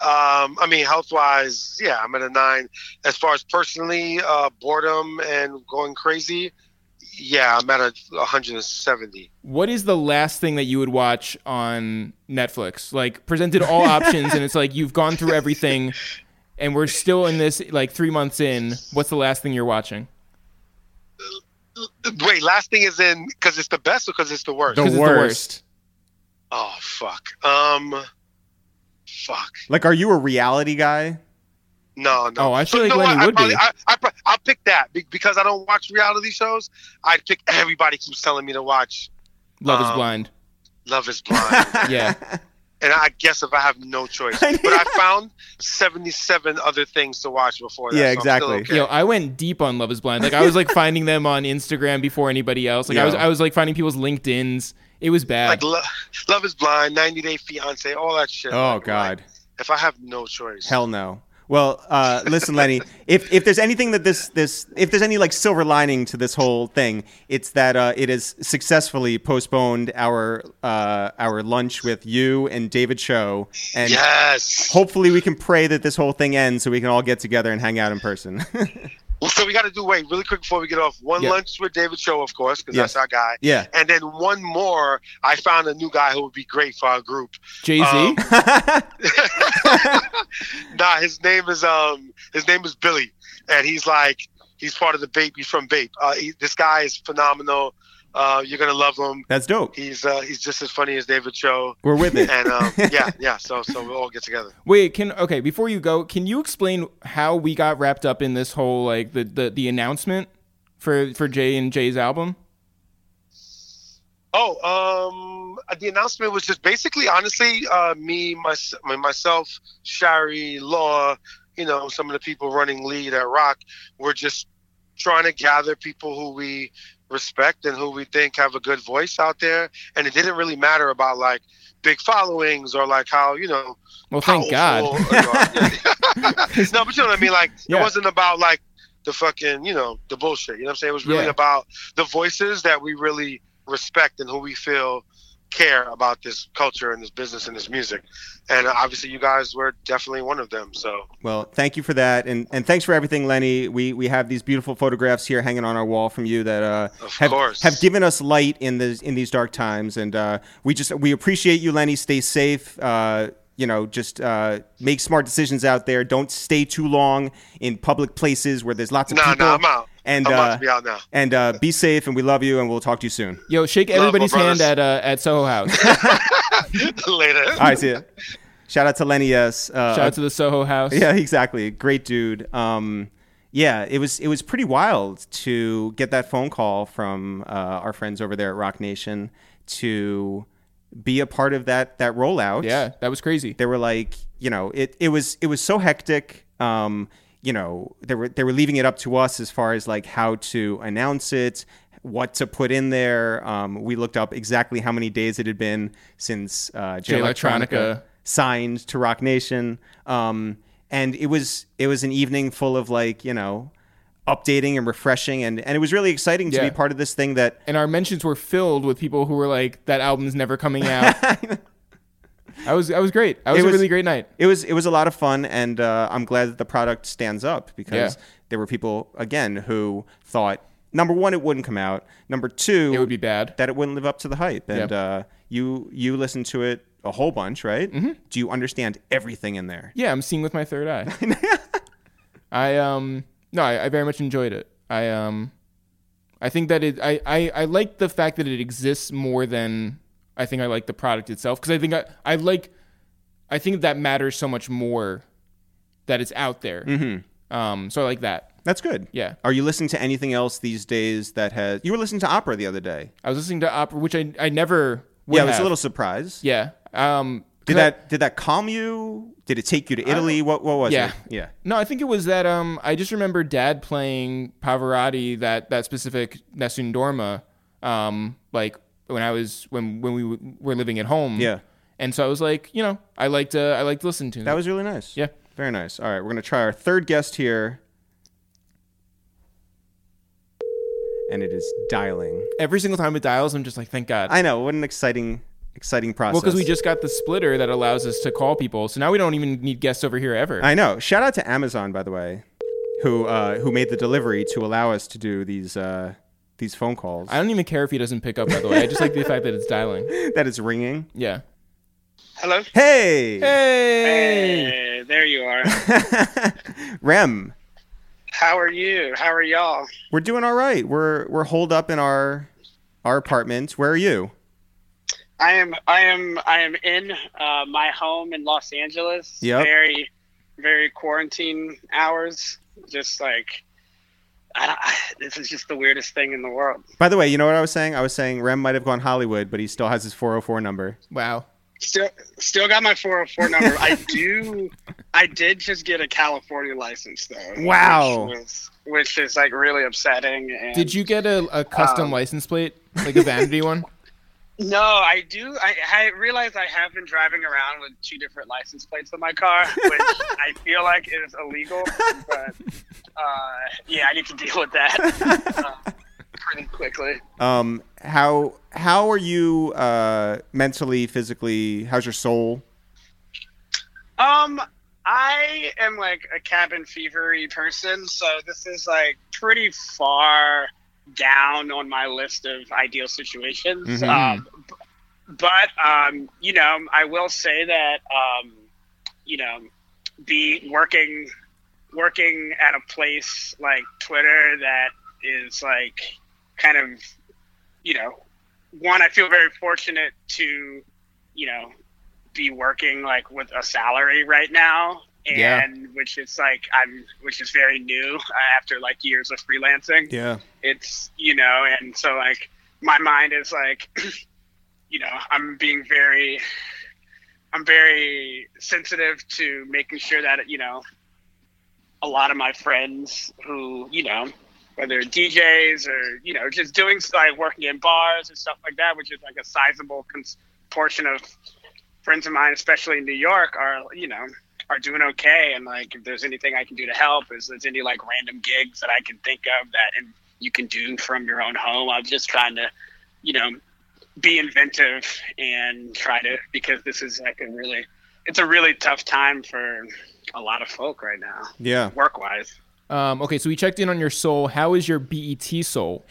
I mean, health wise, yeah, I'm at a nine. As far as personally, uh, boredom and going crazy, yeah, I'm at a 170.
What is the last thing that you would watch on Netflix? Like presented all
[LAUGHS]
options, and it's like you've gone through everything, and we're still in this like three months in. What's the last thing you're watching?
Wait, last thing is in because it's the best or because it's the worst.
The
'Cause it's the
worst.
worst.
oh fuck. Um, fuck.
Like, are you a reality guy?
No, no.
Oh, I feel like
So, you know
Lenny
what? I
would
probably,
be.
I, I, pro- I'll pick that be- because I don't watch reality shows. I pick everybody keeps telling me to watch
Love is
Um,
blind.
Love
[LAUGHS]
is Blind.
[LAUGHS]
Yeah.
and I guess if I have
[LAUGHS]
no choice. But I found 77 other things to watch before that.
Yeah,
so I'm still
exactly.
okay.
Yo, I went deep on Love Is Blind. Like I was like finding them on Instagram before anybody else. Like I was
Yeah.
I was like finding people's LinkedIn's. It was bad.
like Lo- Love is Blind, 90 Day Fiance, all that shit.
oh
Like,
God.
like, if I have no choice.
Hell no. Well, uh, listen, Lenny. If if there's anything that this this if there's any like silver lining to this whole thing, it's that uh, it has successfully postponed our uh, our lunch with you and David Cho, and
yes.
hopefully we can pray that this whole thing ends so we can all get together and hang out in person. [LAUGHS]
Well, so we got to do wait really quick before we get off. One
Yeah.
lunch with David Cho, of course, because
Yes.
that's our guy.
yeah. [LAUGHS]
And then one more. I found a new guy who would be great for our group.
Jay Z.
um, Nah, his name is um his name is Billy, and he's like he's part of the Bape. He's from Bape. Uh, he, this guy is phenomenal. Uh, you're gonna love him.
That's dope.
He's uh, he's just as funny as David Cho.
We're with it.
And um, yeah, yeah. So so we'll all get together.
Wait, can okay, before you go, can you explain how we got wrapped up in this whole like the the, the announcement for for Jay and Jay's album?
Oh, um, the announcement was just basically, honestly, uh, me, my, my, myself, Shari, Law, you know, some of the people running lead at Rock, we're just trying to gather people who we respect and who we think have a good voice out there. And it didn't really matter about like big followings or like how, you know,
Well, thank God.
powerful Oh, you are. no, but you know what I mean? Like,
Yeah.
it wasn't about like the fucking, you know, the bullshit. You know what I'm saying? It was really
Yeah.
about the voices that we really respect and who we feel care about this culture and this business and this music. And uh, obviously, you guys were definitely one of them. So,
[LAUGHS] Well, thank you for that, and, and thanks for everything, Lenny. We we have these beautiful photographs here hanging on our wall from you that uh,
Of
have
course.
have given us light in the in these dark times, and uh, we just we appreciate you, Lenny. Stay safe. Uh, you know, just uh, make smart decisions out there. Don't stay too long in public places where there's lots of
nah,
people.
nah, I'm out.
And
I'm about
uh,
to be
[LAUGHS]
out now. [LAUGHS]
and uh, be safe, and we love you, and we'll talk to you soon.
Yo, shake
Love, my
everybody's hand
brothers.
at uh, at Soho House.
Later.
All right, see
[LAUGHS]
ya. Shout out to Lenny S. Uh,
Shout out to the Soho House.
Yeah, exactly. Great dude. Um, yeah, it was it was pretty wild to get that phone call from uh, our friends over there at Rock Nation to be a part of that that rollout.
Yeah, that was crazy.
they were like, you know, it it was it was so hectic. Um, you know, they were they were leaving it up to us as far as like how to announce it, what to put in there. Um, we looked up exactly how many days it had been since uh, J
J Electronica.
signed to Rock Nation. Um, and it was it was an evening full of like you know updating and refreshing and and it was really exciting to
Yeah.
be part of this thing that
and our mentions were filled with people who were like, "That album's never coming out." I was, I was great. I was,
It
a
was-
really great night.
it was it was a lot of fun and uh, I'm glad that the product stands up because
Yeah.
there were people again who thought number one it wouldn't come out number two
It would be bad.
that it wouldn't live up to the hype and
Yep.
uh, you you listened to it a whole bunch right
Mm-hmm.
do you understand everything in
[LAUGHS]
there
Yeah, I'm seeing with my third eye. I um, no, I, I very much enjoyed it. I um, I think that it, I, I, I like the fact that it exists more than I think I like the product itself because I think I, I like, I think that matters so much more that it's out there. Mm-hmm. Um, so I like that.
that's good
Yeah.
are you listening to anything else these days that has you were listening to opera the other day
I was listening to opera, which I, I never. Would
yeah, I was
have.
a little surprised.
Yeah. Um,
Did
'cause I-
that did that calm you? Did it take you to Italy? What what was
Yeah.
it? Yeah.
no, I think it was that. Um, I just remember Dad playing Pavarotti that that specific Nessun Dorma. Um, like when I was when when we w- were living at home.
Yeah.
And so I was like, you know, I liked uh, I liked to listen to
That was really nice.
Yeah.
Very nice. All right, we're gonna try our third guest here. And it is dialing.
every single time it dials. I'm just like, thank God.
I know, what an exciting exciting process.
well, because we just got the splitter that allows us to call people, so now we don't even need guests over here ever.
I know. Shout out to Amazon by the way, who uh, who made the delivery to allow us to do these uh, these phone calls.
I don't even care if he doesn't pick up. By the way, I just like the fact that it's dialing.
[LAUGHS] that is ringing.
Yeah.
Hello.
Hey.
Hey.
Hey, there you are.
[LAUGHS] Rem.
How are you? How are y'all?
We're doing all right. We're we're holed up in our our apartment. Where are you?
I am. I am. I am in uh, my home in Los Angeles.
Yep.
Very, very quarantine hours. Just like, I don't, I, this is just the weirdest thing in the world.
By the way, you know what I was saying? I was saying Rem might have gone Hollywood, but he still has his 404
[LAUGHS]
number.
Wow.
Still, still got my 404 number.
[LAUGHS]
I do. I did just get a California license though.
Wow.
Which, was, which is like really upsetting. And
Did you get a, a custom
Um,
license plate, like a vanity one?
No, I do. I, I realize I have been driving around with two different license plates on my car, which I feel like is illegal. But uh, yeah, I need to deal with that [LAUGHS] uh, pretty quickly.
Um, how how are you uh, mentally, physically? How's your soul?
Um, I am like a cabin fevery person, so this is like pretty far down on my list of ideal situations.
Mhm.
Um, b- but um, you know, I will say that um, you know, be working working at a place like Twitter that is like kind of you know one I feel very fortunate to you know be working like with a salary right now and
Yeah.
which is like I'm which is very new uh, after like years of freelancing
Yeah.
it's you know and so like my mind is like [CLEARS THROAT] you know i'm being very i'm very sensitive to making sure that you know a lot of my friends who you know whether djs or you know just doing like working in bars and stuff like that which is like a sizable cons- portion of friends of mine especially in new york are you know are doing okay and like if there's anything i can do to help is there's any like random gigs that i can think of that and you can do from your own home. I'm just trying to, you know, be inventive and try to because this is like a really it's a really tough time for a lot of folk right now,
Yeah.
work wise.
Um, okay, so we checked in on your soul. How is your BET soul?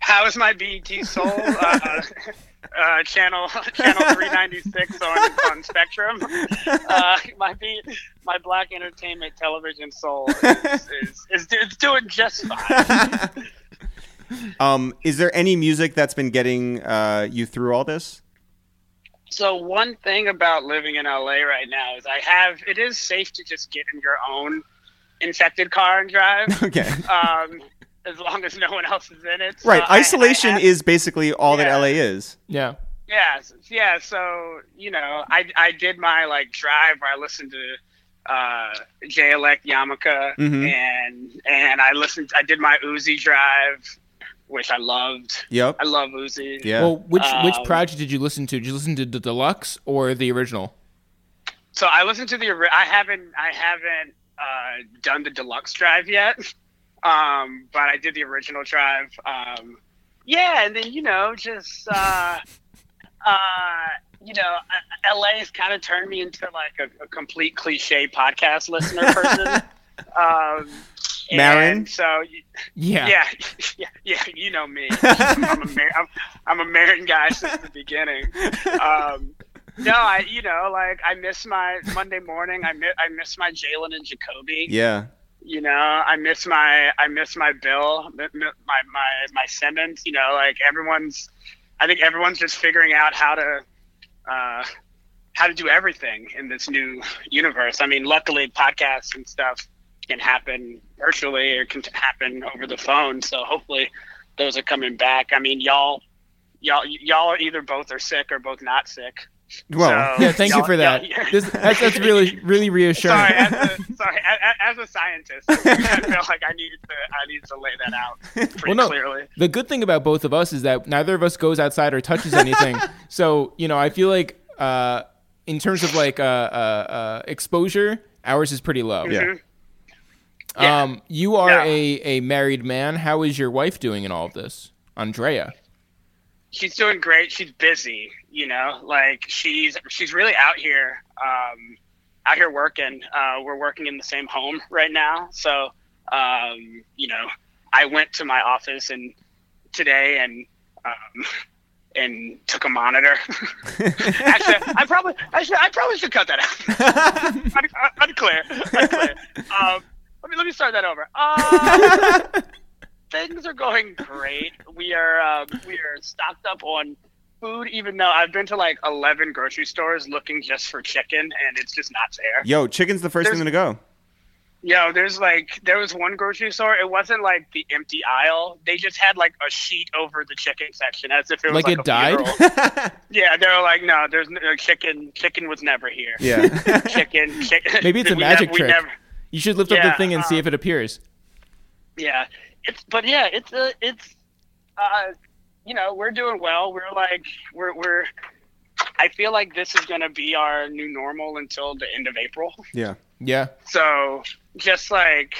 How is my BET Soul uh, uh, channel channel 396 on, on Spectrum? Uh, my B, my Black Entertainment Television Soul is, is, is, do- it's doing just fine.
[LAUGHS] Um, is there any music that's been getting uh, you through all this? [LAUGHS]
So one thing about living in LA right now is I have it is safe to just get in your own infected car and
[LAUGHS]
drive,
Okay.
um, as long as no one else is in it. So
Right.
I- I
Isolation
have-
is basically all
Yeah.
that LA is.
Yeah.
yeah, s- yeah. So you know, I I did my like drive where I listened to uh, J Elect Yamaka
Mhm.
and and I listened. I did my Uzi drive, which I loved.
Yep.
I love Uzi.
Yeah.
Well, which which
Um,
project did you listen to? Did you listen to the deluxe or the original?
So I listened to the. ori- I haven't. I haven't uh, done the deluxe drive yet, um, but I did the original drive. Um, yeah, and then you know, just uh, uh, you know, I- LA has kind of turned me into like a, a complete cliche podcast listener person. um,
Marin?
and so y-
Yeah.
yeah, yeah, [LAUGHS] yeah. You know me. I'm a Mar- I'm, I'm a Marin guy since the beginning. Um, no, I you know like I miss my Monday morning. I miss I miss my Jalen and Jacoby.
Yeah.
You know I miss my I miss my Bill, mi- mi- my my my Simmons. You know like everyone's. I think everyone's just figuring out how to. Uh, how to do everything in this new universe. I mean, luckily, podcasts and stuff can happen virtually or can happen over the phone. So hopefully, those are coming back. I mean, y'all, y'all, y'all are either both are sick or both not sick.
Well.
So-
Yeah, thank you
Y'all-
for that.
y'all- yeah.
This, that's, that's really really reassuring.
Sorry,
[LAUGHS]
as a, sorry, a- a- as a scientist, I felt like I needed to, I needed to lay that out pretty
Well, no.
clearly.
The good thing about both of us is that neither of us goes outside or
[LAUGHS]
touches anything. so you know, I feel like uh, in terms of like uh, uh, uh, exposure, ours is pretty low.
Yeah.
Mm-hmm. Yeah.
Um, you are
Yeah.
a, a married man. How is your wife doing in all of this, Andrea?
she's doing great. She's busy, you know. Like she's she's really out here, um, out here working. Uh, we're working in the same home right now, so um, you know, I went to my office and today and um, and took a monitor. [LAUGHS] actually, I probably actually I probably should cut that out. Un- un-
[LAUGHS]
unclear, unclear. Um, let me let me start that over. Um,
[LAUGHS]
things are going great. We are um, we are stocked up on food, even though I've been to like 11 grocery stores looking just for chicken and it's just not there.
[LAUGHS] Yo, chicken's the first
There's-
thing to go.
Yo, there's like, there was one grocery store. It wasn't like the empty aisle. They just had like a sheet over the chicken section as if it was
Like
like,
it
a
died?
funeral.
[LAUGHS]
yeah, they were like, no, there's no chicken. Chicken was never here.
Yeah.
Chicken, chicken.
[LAUGHS] Maybe it's a
[LAUGHS] we
magic
nev- we
trick.
never-
You should lift up the
Yeah,
thing and see
uh,
if it appears.
yeah it's but yeah it's uh, it's uh you know we're doing well we're like we're we're i feel like this is going to be our new normal until the end of april
[LAUGHS] yeah.
Yeah.
so just like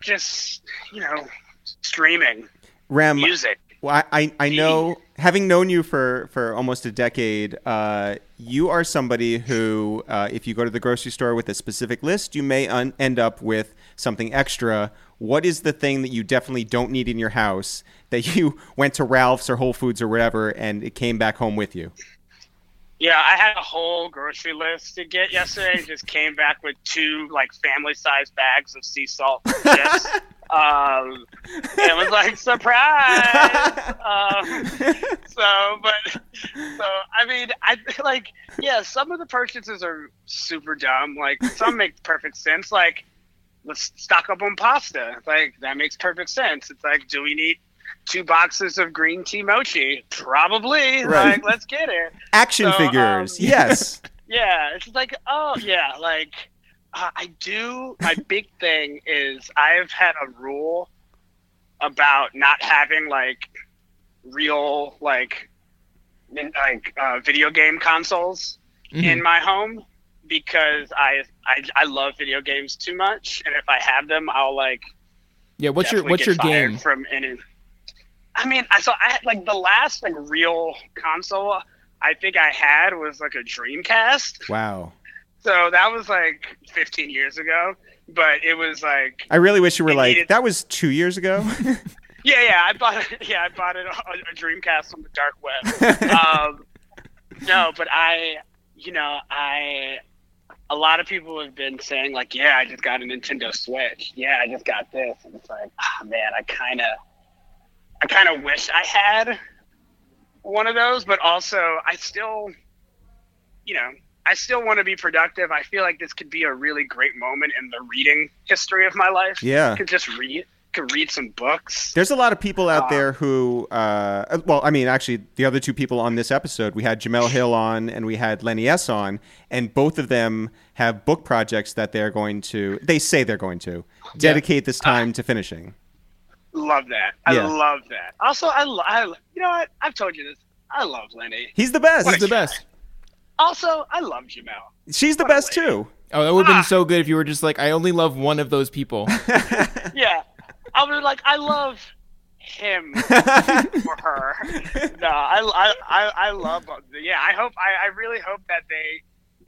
just you know streaming
Ram,
music
Well, I, I, I know, having known you for, for almost a decade, uh, you are somebody who, uh, if you go to the grocery store with a specific list, you may un- end up with something extra. What is the thing that you definitely don't need in your house that you [LAUGHS] went to Ralph's or Whole Foods or whatever and it came back home with
[LAUGHS]
you?
yeah i had a whole grocery list to get yesterday and just came back with two like family sized bags of sea salt chips um it was
[LAUGHS]
like surprise um so but so i mean i like yeah some of the purchases are super dumb like some make perfect sense like let's stock up on pasta like that makes perfect sense it's like do we need two boxes of green tea mochi probably
Right.
like let's get it
Action
So, um,
figures. yes.
yeah, it's like, oh yeah, like uh, I do. My big thing is I've had a rule about not having like real like min- like uh, video game consoles
Mhm.
in my home because I, I I love video games too much, and if I have them, I'll like
Yeah. What's your
definitely
What's
get
your
fired
game?
from any? I mean, I so I had like the last like real console I think I had was like a Dreamcast.
Wow.
So that was like 15 years ago, but it was like,
I really wish you were
It
like,
needed-
that was two years ago. [LAUGHS]
yeah, yeah, I bought it, [LAUGHS] yeah, I bought it on a Dreamcast on the dark web. um, no, but I, you know, I, a lot of people have been saying like, yeah, I just got a Nintendo Switch. Yeah, I just got this, and it's like, ah, man, I kind of, I kind of wish I had one of those, but also I still, you know, I still want to be productive. I feel like this could be a really great moment in the reading history of my life.
Yeah.
could just read, could read some books.
There's a lot of people out
Uh,
there who, uh, well, I mean, actually, the other two people on this episode, we had Jamel Hill on and we had Lenny S on, and both of them have book projects that they're going to, they say they're going to, dedicate this
Uh,
time to finishing.
Love that. I
Yeah.
love that. Also, I, lo- I, you know what? I've told you this. I love Lenny.
He's the best.
[LAUGHS]
It's the best.
Also, I love Jamel.
She's the
What a
best,
lady.
too. [LAUGHS]
Oh, that would have
Ah.
been so good if you were just like, I only love one of those people.
Yeah, I was like, I love him or her. No, I, I, I, I love. Yeah, I hope. I, I really hope that they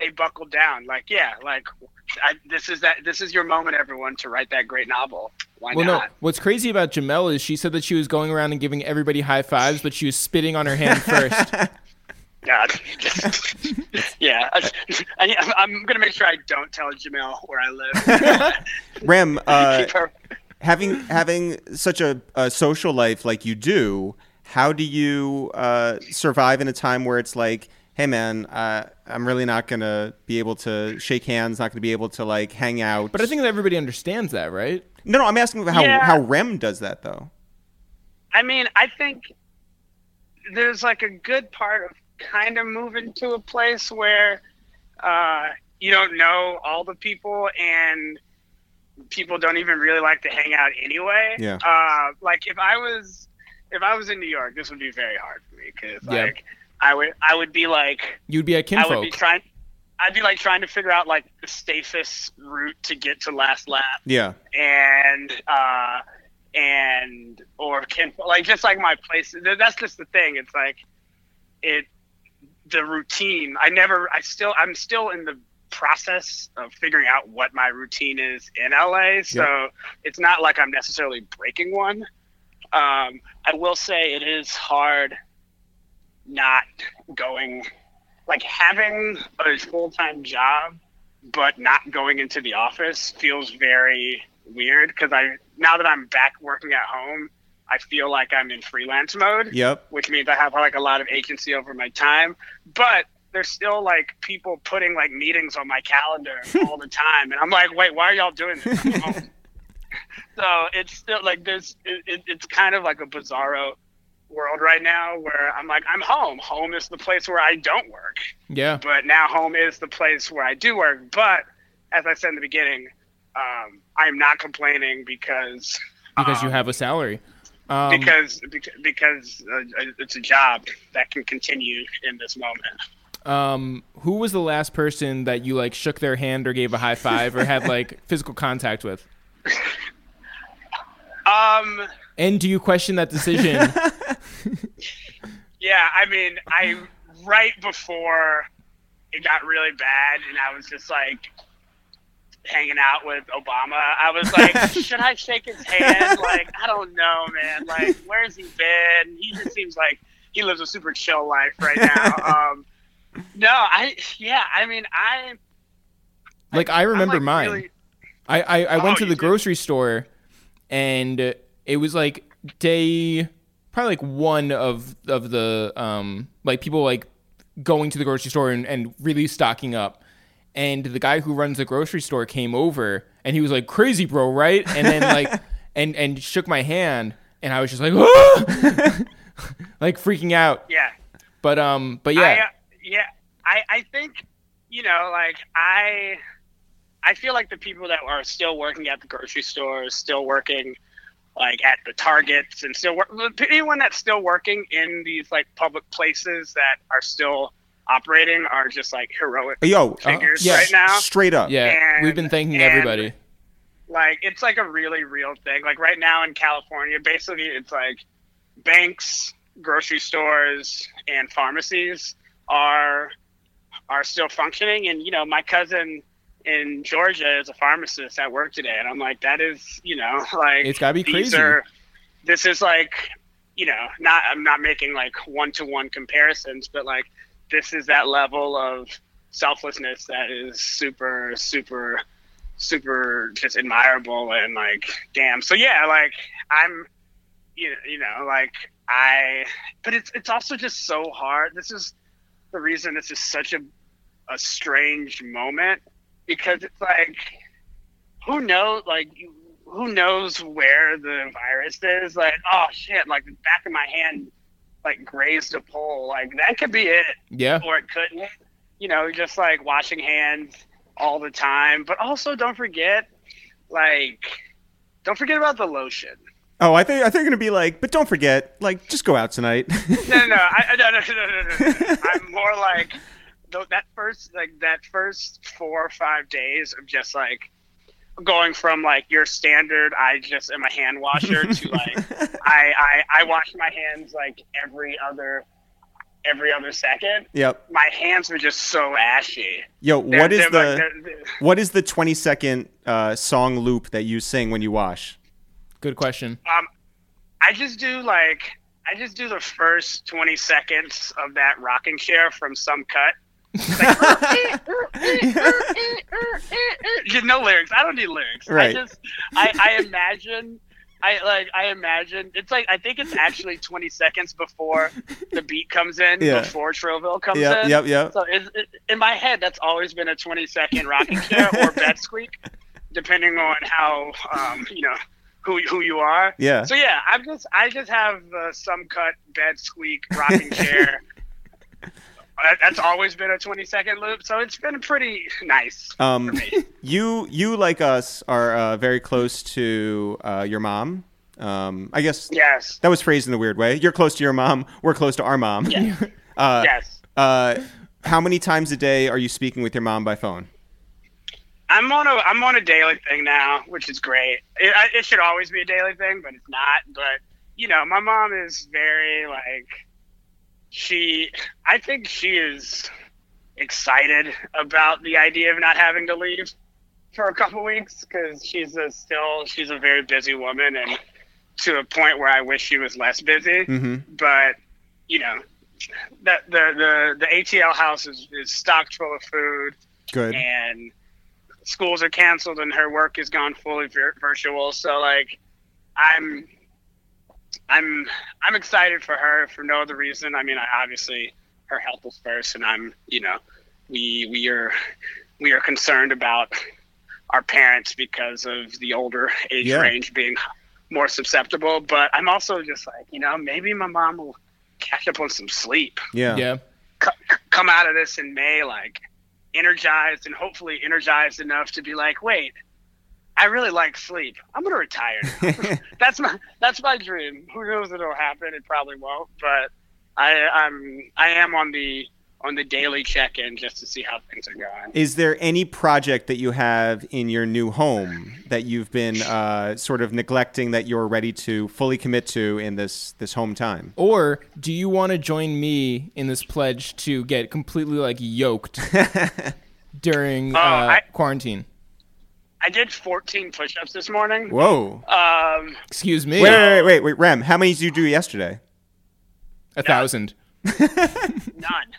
they buckle down. Like, yeah, like I, this is that. This is your moment, everyone, to write that great novel. Why
Well, no.
not?
What's crazy about Jamel is she said that she was going around and giving everybody high fives, but she was spitting on her
[LAUGHS]
hand first.
God. yeah, [LAUGHS] I, I, I'm gonna make sure I don't tell Jamel where I live.
Rem, [LAUGHS] uh,
[LAUGHS] Keep her-
having having such a, a social life like you do, how do you uh, survive in a time where it's like, hey man, uh, I'm really not gonna be able to shake hands, not gonna be able to like hang out.
But I think that everybody understands that, right?
no, no, I'm asking how
Yeah.
how Rem does that though.
I mean, I think there's like a good part of kind of moving to a place where uh, you don't know all the people and people don't even really like to hang out anyway.
Yeah.
Uh, like if I was if I was in New York, this would be very hard for me because
Yeah.
like I would I would be like
You'd be at
I would
kinfolk.
be trying I'd be like trying to figure out like the safest route to get to last lap
Yeah,
and uh, and or can like just like my place. th- That's just the thing. It's like it the routine. I never. I still. I'm still in the process of figuring out what my routine is in LA. So it's not like I'm necessarily breaking one. Um, I will say it is hard not going like having a full-time job but not going into the office feels very weird because I now that I'm back working at home, I feel like I'm in freelance mode,
Yep.
which means I have like a lot of agency over my time. But there's still like people putting like meetings on my calendar all the time, and I'm like, wait, why are y'all doing this? I'm home. so it's still like there's it, it, it's kind of like a bizarro world right now where I'm like, I'm home. Home is the place where I don't work
Yeah.
but now home is the place where I do work. But as I said in the beginning, um, I'm not complaining because
Because you
um,
have a salary. Um,
because beca- because uh, it's a job that can continue in this moment.
um, who was the last person that you like shook their hand or gave a high five or had
[LAUGHS]
like physical contact with?
Um,
And do you question that
[LAUGHS]
decision?
yeah, I mean, I right before it got really bad, and I was just like hanging out with Obama. I was
[LAUGHS]
like, should I shake his hand? Like, I don't know, man. Like, where's he been? He just seems like he lives a super chill life
[LAUGHS]
right now. Um, no, I yeah, I mean, I I'm,
like I remember
like,
mine.
really-
I I, I
Oh,
went to
you
the
did.
grocery store, and uh, it was like day probably like one of of the um like people like going to the grocery store and, and really stocking up. And the guy who runs the grocery store came over and he was like, "Crazy bro, right?" And then
[LAUGHS]
like and and shook my hand, and I was just like, "Ah!" [LAUGHS] like freaking out.
yeah.
But um, but yeah,
I, uh, yeah. I, I think, you know, like I, I feel like the people that are still working at the grocery stores, still working like at the Targets and still work, anyone that's still working in these like public places that are still operating are just like heroic
Uh, Yo,
figures
yeah.
right now.
straight up.
yeah,
and-
we've been thanking
and-
everybody.
Like it's like a really real thing. Like right now in California, basically it's like banks, grocery stores, and pharmacies are are still functioning. And you know, my cousin in Georgia is a pharmacist at work today, and I'm like, that is, you know, [LAUGHS] like
It's gotta be
these
crazy.
are- this is like, you know, not I'm not making like one to one comparisons, but like this is that level of selflessness that is super, super, super just admirable and like damn. So yeah, like I'm you know, you know, like I, but it's it's also just so hard. This is the reason this is such a a strange moment because it's like who knows, like you, who knows where the virus is? Like oh shit, like the back of my hand like grazed a pole, like that could be it
Yeah,
or it couldn't. You know, just like washing hands all the time, but also don't forget, like, don't forget about the lotion.
Oh, I think I think you're gonna be like, but don't forget, like, just go out
[LAUGHS]
tonight. [LAUGHS]
no, no, no, I, I- no, no, no, no, no, no, no. I'm more like tho- that first, like that first four or five days of just like going from like your standard, I just am a
[LAUGHS]
hand washer to like I, I, I wash my hands like every other, every other second.
yep.
My hands were just so ashy.
Yo,
They're-
what is
they're,
the
like, they're- they're-
what is the 20 second uh, song loop that you sing when you wash?
good question.
Um, I just do like I just do the first twenty seconds of that rocking chair from some cut.
[LAUGHS]
It's [LAUGHS] Like, Just no lyrics. I don't need lyrics.
Right.
I just I, I imagine. I like I imagine it's like I think it's actually 20 seconds before the beat comes in
Yeah.
before Trillville comes
Yep,
in.
yep, yep.
So it, it, in my head, that's always been a 20 second rocking chair
[LAUGHS]
or bed squeak, depending on how um, you know who who you are.
Yeah.
So yeah, I'm just I just have uh, some cut bed squeak rocking chair. That- That's always been a 20 second loop, so it's been pretty nice.
Um, you you like us are uh, very close to uh, your mom. Um, I guess
Yes,
that was phrased in a weird way. You're close to your mom. We're close to our mom. [LAUGHS] Uh,
yes.
uh, how many times a day are you speaking with your mom by phone?
I'm on a I'm on a daily thing now, which is great. It, I- it should always be a daily thing, but it's not. But you know, my mom is very like she. I think she is excited about the idea of not having to leave for a couple weeks because she's a still she's a very busy woman and to a point where I wish she was less busy
hmm
but you know that the the the ATL house is, is stocked full of food
Good.
and schools are canceled and her work is gone fully vir- virtual so like I'm I'm I'm excited for her for no other reason. I mean, I, obviously her health is first, and I'm you know we we are we are concerned about our parents because of the older age
Yeah.
range being more susceptible. But I'm also just like you know maybe my mom will catch up on some sleep,
Yeah.
yeah.
co- come out of this in May like energized and hopefully energized enough to be like wait. I really like sleep. I'm gonna retire. now." that's my that's my dream. Who knows it'll happen? It probably won't, but I I'm I am on the on the daily check in just to see how things are going.
Is there any project that you have in your new home that you've been uh, sort of neglecting that you're ready to fully commit to in this this home time? [LAUGHS]
Or do you want to join me in this pledge to get completely like yoked during uh,
I-
quarantine?
I did 14 push-ups this morning.
Whoa!
Um,
Excuse me,
Wait, wait, wait, wait, wait, Rem. How many did you do yesterday?
a thousand.
none.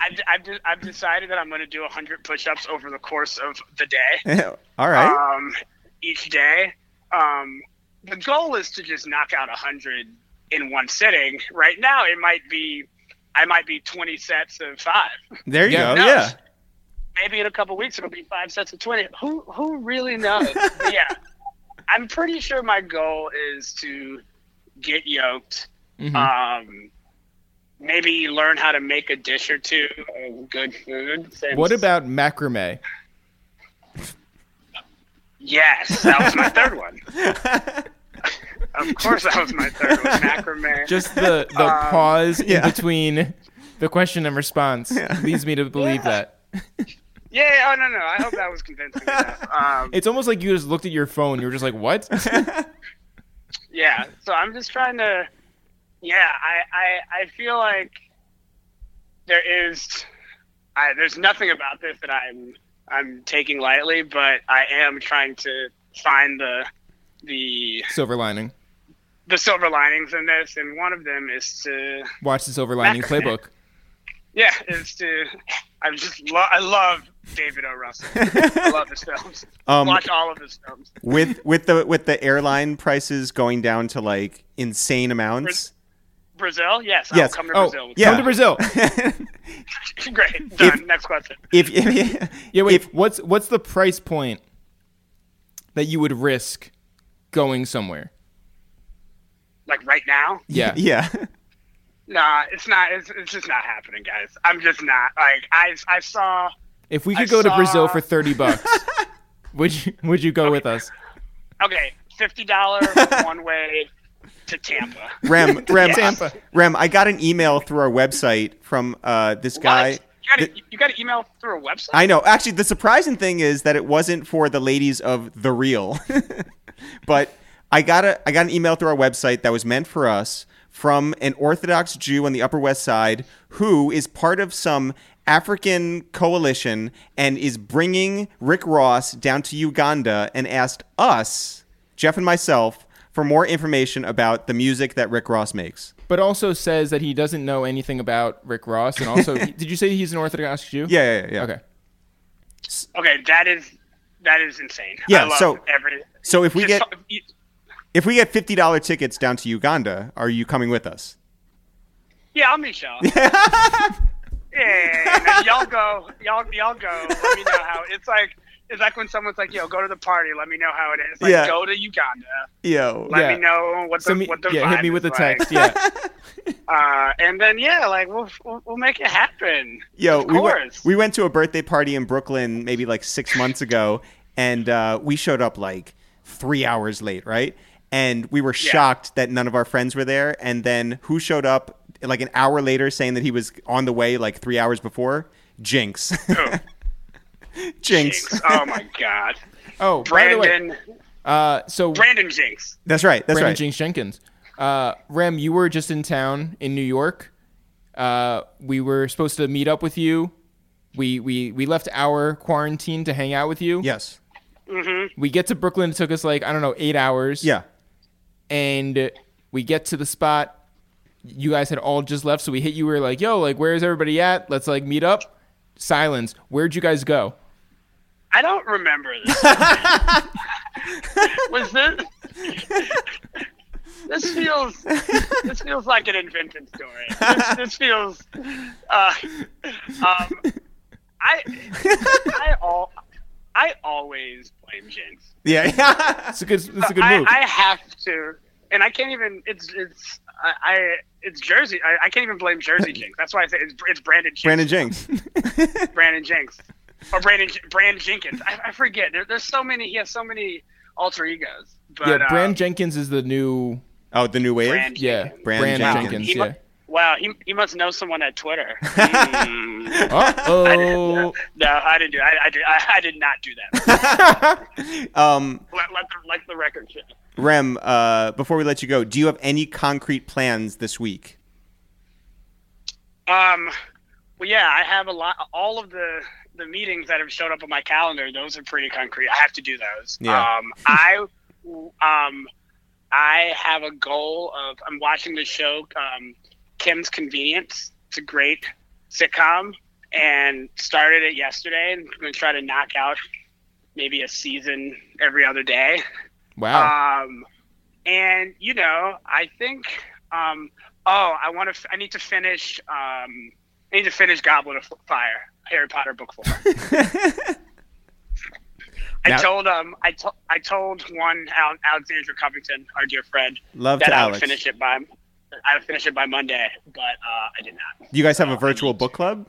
I've, I've, de- I've decided that I'm going to do 100 push-ups over the course of the day,
[LAUGHS] All right.
um, each day. Um, the goal is to just knock out 100 in one sitting. Right now, it might be I might be 20 sets of five.
there you go.
yeah,
no.
Yeah.
maybe in a couple weeks it'll be five sets of twenty. Who who
[LAUGHS]
really knows? But yeah, I'm pretty sure my goal is to get yoked.
Mhm.
Um, maybe learn how to make a dish or two of good food. since-
What about macrame?
Yes, that was
[LAUGHS]
my third one. of course, that was my
[LAUGHS]
third one. Macrame.
Just the the
Um,
pause
yeah.
in between the question and response leads me to believe that.
yeah. Oh no no. I hope that was
[LAUGHS]
convincing enough. Um,
It's almost like you just looked at your phone. You were just like, [LAUGHS] "What?"
yeah so i'm just trying to yeah i i, I feel like there is I, there's nothing about this that i'm i'm taking lightly but i am trying to find the the
silver lining.
the silver linings in this and one of them is to
Watch the silver lining
Macrame. [LAUGHS]
playbook.
yeah is to i just lo- i love david o russell i love his films
Um,
watch all of his films
[LAUGHS] with with the with the airline prices going down to like insane amounts.
brazil yes, i'll
Yes.
come to
Oh,
brazil
yeah.
Come to [LAUGHS] Brazil.
[LAUGHS] great done next question
[LAUGHS] If, if
Yeah, wait.
If-
what's what's the price point that you would risk going somewhere?
like right now
Yeah.
yeah,
Nah, it's not. It's, it's just not happening, guys. I'm just not like I. I saw.
If we could
I
go to
saw-
Brazil for thirty
[LAUGHS]
bucks, would you would you go with us?
Okay,
[LAUGHS]
fifty dollar one way to Tampa.
Rem, Rem,
Tampa.
Rem. I got an email through our website from uh, this guy.
What? You got to you got to email through a website.
I know. Actually, the surprising thing is that it wasn't for the ladies of the real, [LAUGHS] but I got a I got an email through our website that was meant for us from an Orthodox Jew on the Upper West Side who is part of some African coalition and is bringing Rick Ross down to Uganda and asked us, Jeff and myself, for more information about the music that Rick Ross makes.
But also says that he doesn't know anything about Rick Ross, and
[LAUGHS]
also did you say he's an Orthodox Jew?
Yeah, yeah, yeah.
Okay.
okay, that is that is insane.
Yeah,
I love
so-
every.
So if we
just
get
talk- e, you-
if we get fifty dollar tickets down to Uganda, are you coming with us?
yeah, I'll
[LAUGHS]
meet y'all. yeah, no, y'all go. Y'all y'all go. Let me know how it's like. It's like when someone's like, "Yo, go to the party. Let me know how it is." Like,
Yeah.
go to Uganda.
Yo,
Let
Yeah.
me know what the
So me,
what the
yeah, hit
vibe
me with a
is
text.
Like. [LAUGHS]
Yeah.
Uh, and then yeah, like we'll we'll, we'll make it happen.
Yo,
Of
we went,
course.
we went to a birthday party in Brooklyn maybe like six months ago, and uh, we showed up like three hours late, right? And we were shocked that none of our friends were there. And then who showed up like an hour later saying that he was on the way like three hours before? Jinx. [LAUGHS]
Oh,
Jinx.
Jinx. Oh my god.
Oh, [LAUGHS] by the way,
Brandon
uh, so
Brandon Jinx.
That's right. That's
Brandon
right.
Jinx Jenkins. Uh, Rem, you were just in town in New York. Uh, we were supposed to meet up with you. We, we we left our quarantine to hang out with you.
Yes.
We get to Brooklyn. It took us like I don't know eight hours.
Yeah. [LAUGHS]
And we get to the spot. You guys had all just left, so we hit you. We were like, "Yo, like, where's everybody at? Let's like meet up." Silence. Where'd you guys go?
I don't
[LAUGHS]
remember this. was this this feels this feels like an invented story. This, this feels uh, um, I I all I always blame Jinx.
Yeah.
It's a good. It's a good
I,
move.
I have to, and I can't even. It's it's I, I it's Jersey. I, I can't even blame
[LAUGHS]
Jersey Jinx. That's why I say it's, it's Brandon Jinx.
Brandon Jinx.
Brandon Jinx or Brandon Brand Jenkins. I, I forget. There, there's so many. He has so many alter egos. But,
yeah, Brand
uh,
Jenkins is the new.
Oh, the new wave.
Brand
Yeah,
Jenkins.
Brand
Brand
Jenkins.
Jenkins.
He mu- [LAUGHS]
yeah.
Wow, he, he must know someone
[LAUGHS]
at Twitter. Mm. I didn't,
Oh,
no, I didn't do. I, I did. I, I did not do that.
[LAUGHS] um,
Let, let, the, let the record show.
Rem, uh, before we let you go, do you have any concrete plans this week?
Um, well, yeah, I have a lot. All of the the meetings that have shown up on my calendar, those are pretty concrete. I have to do those.
Yeah.
Um, I um, I have a goal of I'm watching the show um, Kim's Convenience. It's a great sitcom, and started it yesterday. And I'm gonna try to knock out maybe a season every other day.
wow.
Oh.
Um, and you know, I think. Um, oh, I want to. F- I need to finish. Um, I need to finish Goblet of Fire, Harry Potter book four. I
Now-
told um, I told I told one Al- Alexandra Covington, our dear friend,
Love
that
to
I would
Alex.
finish it by. I would finish it by Monday, but uh, I did not.
You guys have a
Oh, I
virtual
need
book club?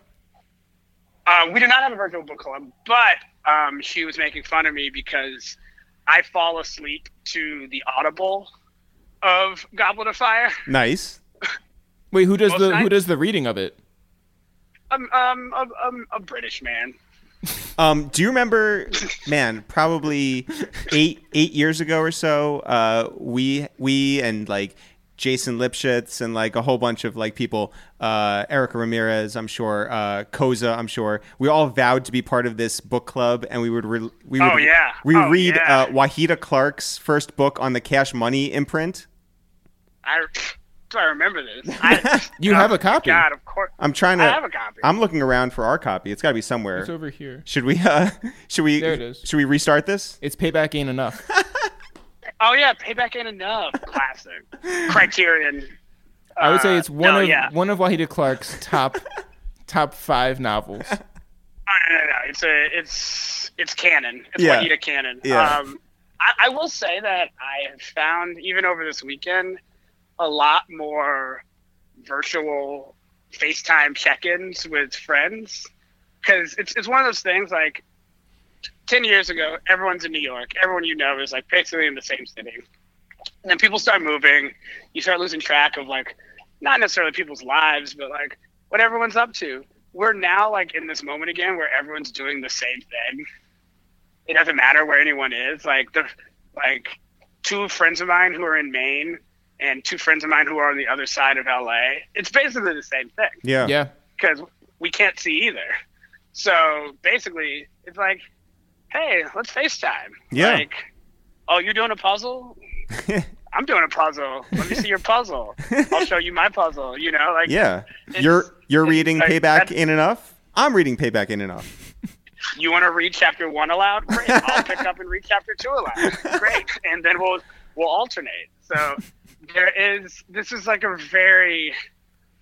Uh, we do not have a virtual book club, but um, she was making fun of me because I fall asleep to the audible of Goblet of Fire.
Nice.
Wait, who does
most
the
nights-
who does the reading of it?
I'm, um, I'm, I'm a British man.
Um, do you
[LAUGHS]
remember, man? Probably eight eight years ago or so. Uh, we we and like Jason Lipschitz and like a whole bunch of like people. Uh, Erica Ramirez, I'm sure. Uh, Koza, I'm sure. We all vowed to be part of this book club, and we would re- we would
Oh, yeah.
we
Oh,
read
yeah.
uh, Wahida Clark's first book on the Cash Money imprint.
I do I remember
[LAUGHS]
this? I, oh
You have a copy.
God, of course.
I'm trying to.
I have a copy.
I'm looking around for our copy. It's got to be somewhere.
It's over here.
Should we? Uh, [LAUGHS] should we?
There it is.
Should we restart this?
It's payback ain't
Uh,
enough.
oh yeah, payback ain't enough. Classic.
[LAUGHS]
Criterion.
I would say it's
Uh,
one
no,
of
yeah.
one of Wahida Clark's
[LAUGHS]
top top five novels.
Oh, no, no, no. It's a, it's, it's canon. It's
Yeah.
Juanita canon.
Yeah.
Um, I, I will say that I have found even over this weekend a lot more virtual FaceTime check-ins with friends because it's it's one of those things like. Ten years ago, everyone's in New York. Everyone you know is like basically in the same city. And then people start moving. You start losing track of like, not necessarily people's lives, but like what everyone's up to. We're now like in this moment again where everyone's doing the same thing. It doesn't matter where anyone is. Like the like two friends of mine who are in Maine and two friends of mine who are on the other side of LA. It's basically the same thing
Yeah.
Yeah.
because we can't see either. So basically, it's like, hey, let's FaceTime.
Yeah.
Like, oh, you're doing a puzzle? I'm doing a puzzle. Let me see your puzzle. I'll show you my puzzle. You know, like
Yeah.
It's-
You're you're
it's-
reading
I-
Payback
that's-
in enough. I'm reading Payback in enough.
you want to read chapter one aloud? Great. I'll pick up and read chapter two aloud. Great. And then we'll we'll alternate. So there is this is like a very,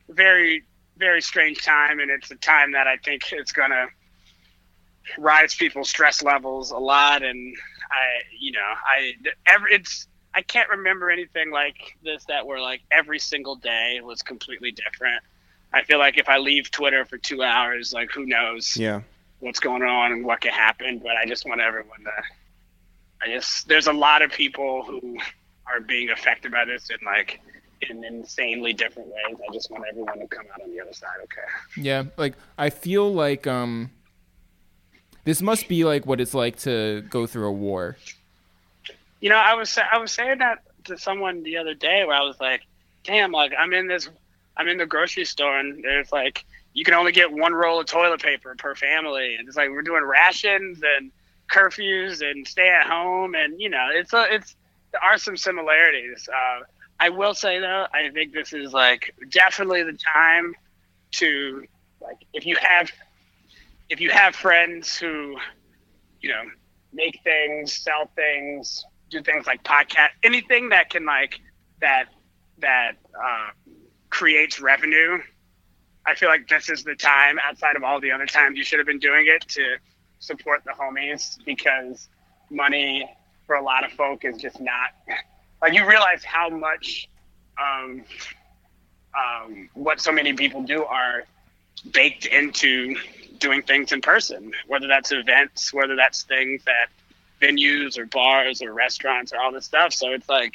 very, very strange time, and it's a time that I think it's gonna rise people's stress levels a lot. And I, you know, I ever it's I can't remember anything like this that where like every single day was completely different. I feel like if I leave Twitter for two hours, like who knows?
Yeah.
what's going on and what can happen, but I just want everyone to. I just there's a lot of people who are being affected by this in like in insanely different ways. I just want everyone to come out on the other side. Okay.
Yeah, like I feel like um this must be like what it's like to go through a war.
You know, I was sa- I was saying that to someone the other day where I was like, "Damn, like I'm in this, I'm in the grocery store and there's like you can only get one roll of toilet paper per family, and it's like we're doing rations and curfews and stay at home and you know it's a, it's there are some similarities. Uh, I will say though, I think this is like definitely the time to like if you have if you have friends who you know make things, sell things, do things like podcast, anything that can like that that uh, creates revenue, I feel like this is the time, outside of all the other times you should have been doing it, to support the homies because money for a lot of folk is just not like you realize how much um, um, what so many people do are baked into doing things in person, whether that's events, whether that's things that venues or bars or restaurants or all this stuff. So it's like,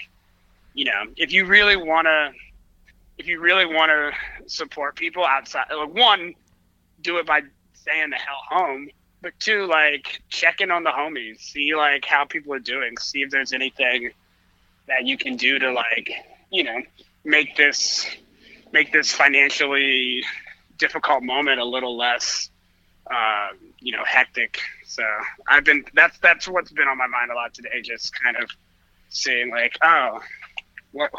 you know, if you really want to, if you really want to support people outside, like one, do it by staying the hell home, but two, like check in on the homies, see like how people are doing, see if there's anything that you can do to like, you know, make this make this financially difficult moment a little less uh, you know hectic so i've been that's that's what's been on my mind a lot today just kind of seeing like oh what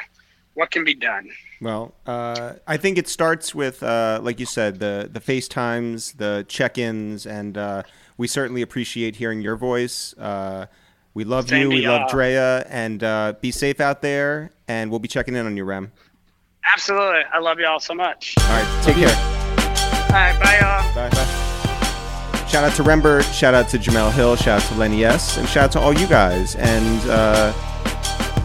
what can be done
Well, uh, I think it starts with, uh, like you said, the the FaceTimes, the check-ins, and uh, we certainly appreciate hearing your voice. Uh, we love you.
Same to
We love
y'all.
Drea, and uh, be safe out there. And we'll be checking in on you, Rem.
absolutely i love y'all so much
All right, take care.
all right bye y'all
Bye. Shout out to Rembert, shout out to Jamel Hill, shout out to Lenny S, and shout out to all you guys. And uh,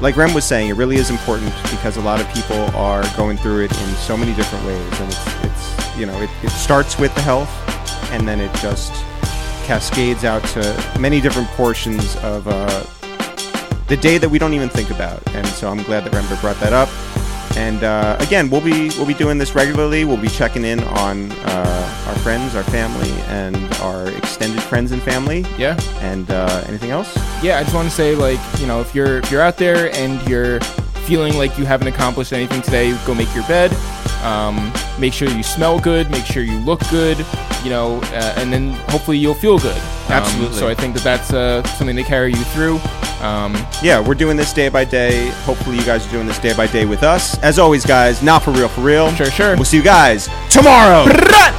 like Rem was saying, it really is important because a lot of people are going through it in so many different ways. And it's, it's you know, it, it starts with the health and then it just cascades out to many different portions of uh, the day that we don't even think about. And so I'm glad that Rembert brought that up. And uh, again, we'll be we'll be doing this regularly. We'll be checking in on uh, our friends, our family, and our extended friends and family.
Yeah.
And uh, anything else?
yeah, I just want to say like you know if you're if you're out there and you're feeling like you haven't accomplished anything today, go make your bed. Um, make sure you smell good. Make sure you look good. You know, uh, and then hopefully you'll feel good. Um,
Absolutely.
so I think that that's uh, something to carry you through. Um,
Yeah, we're doing this day by day. Hopefully, you guys are doing this day by day with us. As always, guys, not for real, for real.
Sure, sure.
We'll see you guys tomorrow.
Run!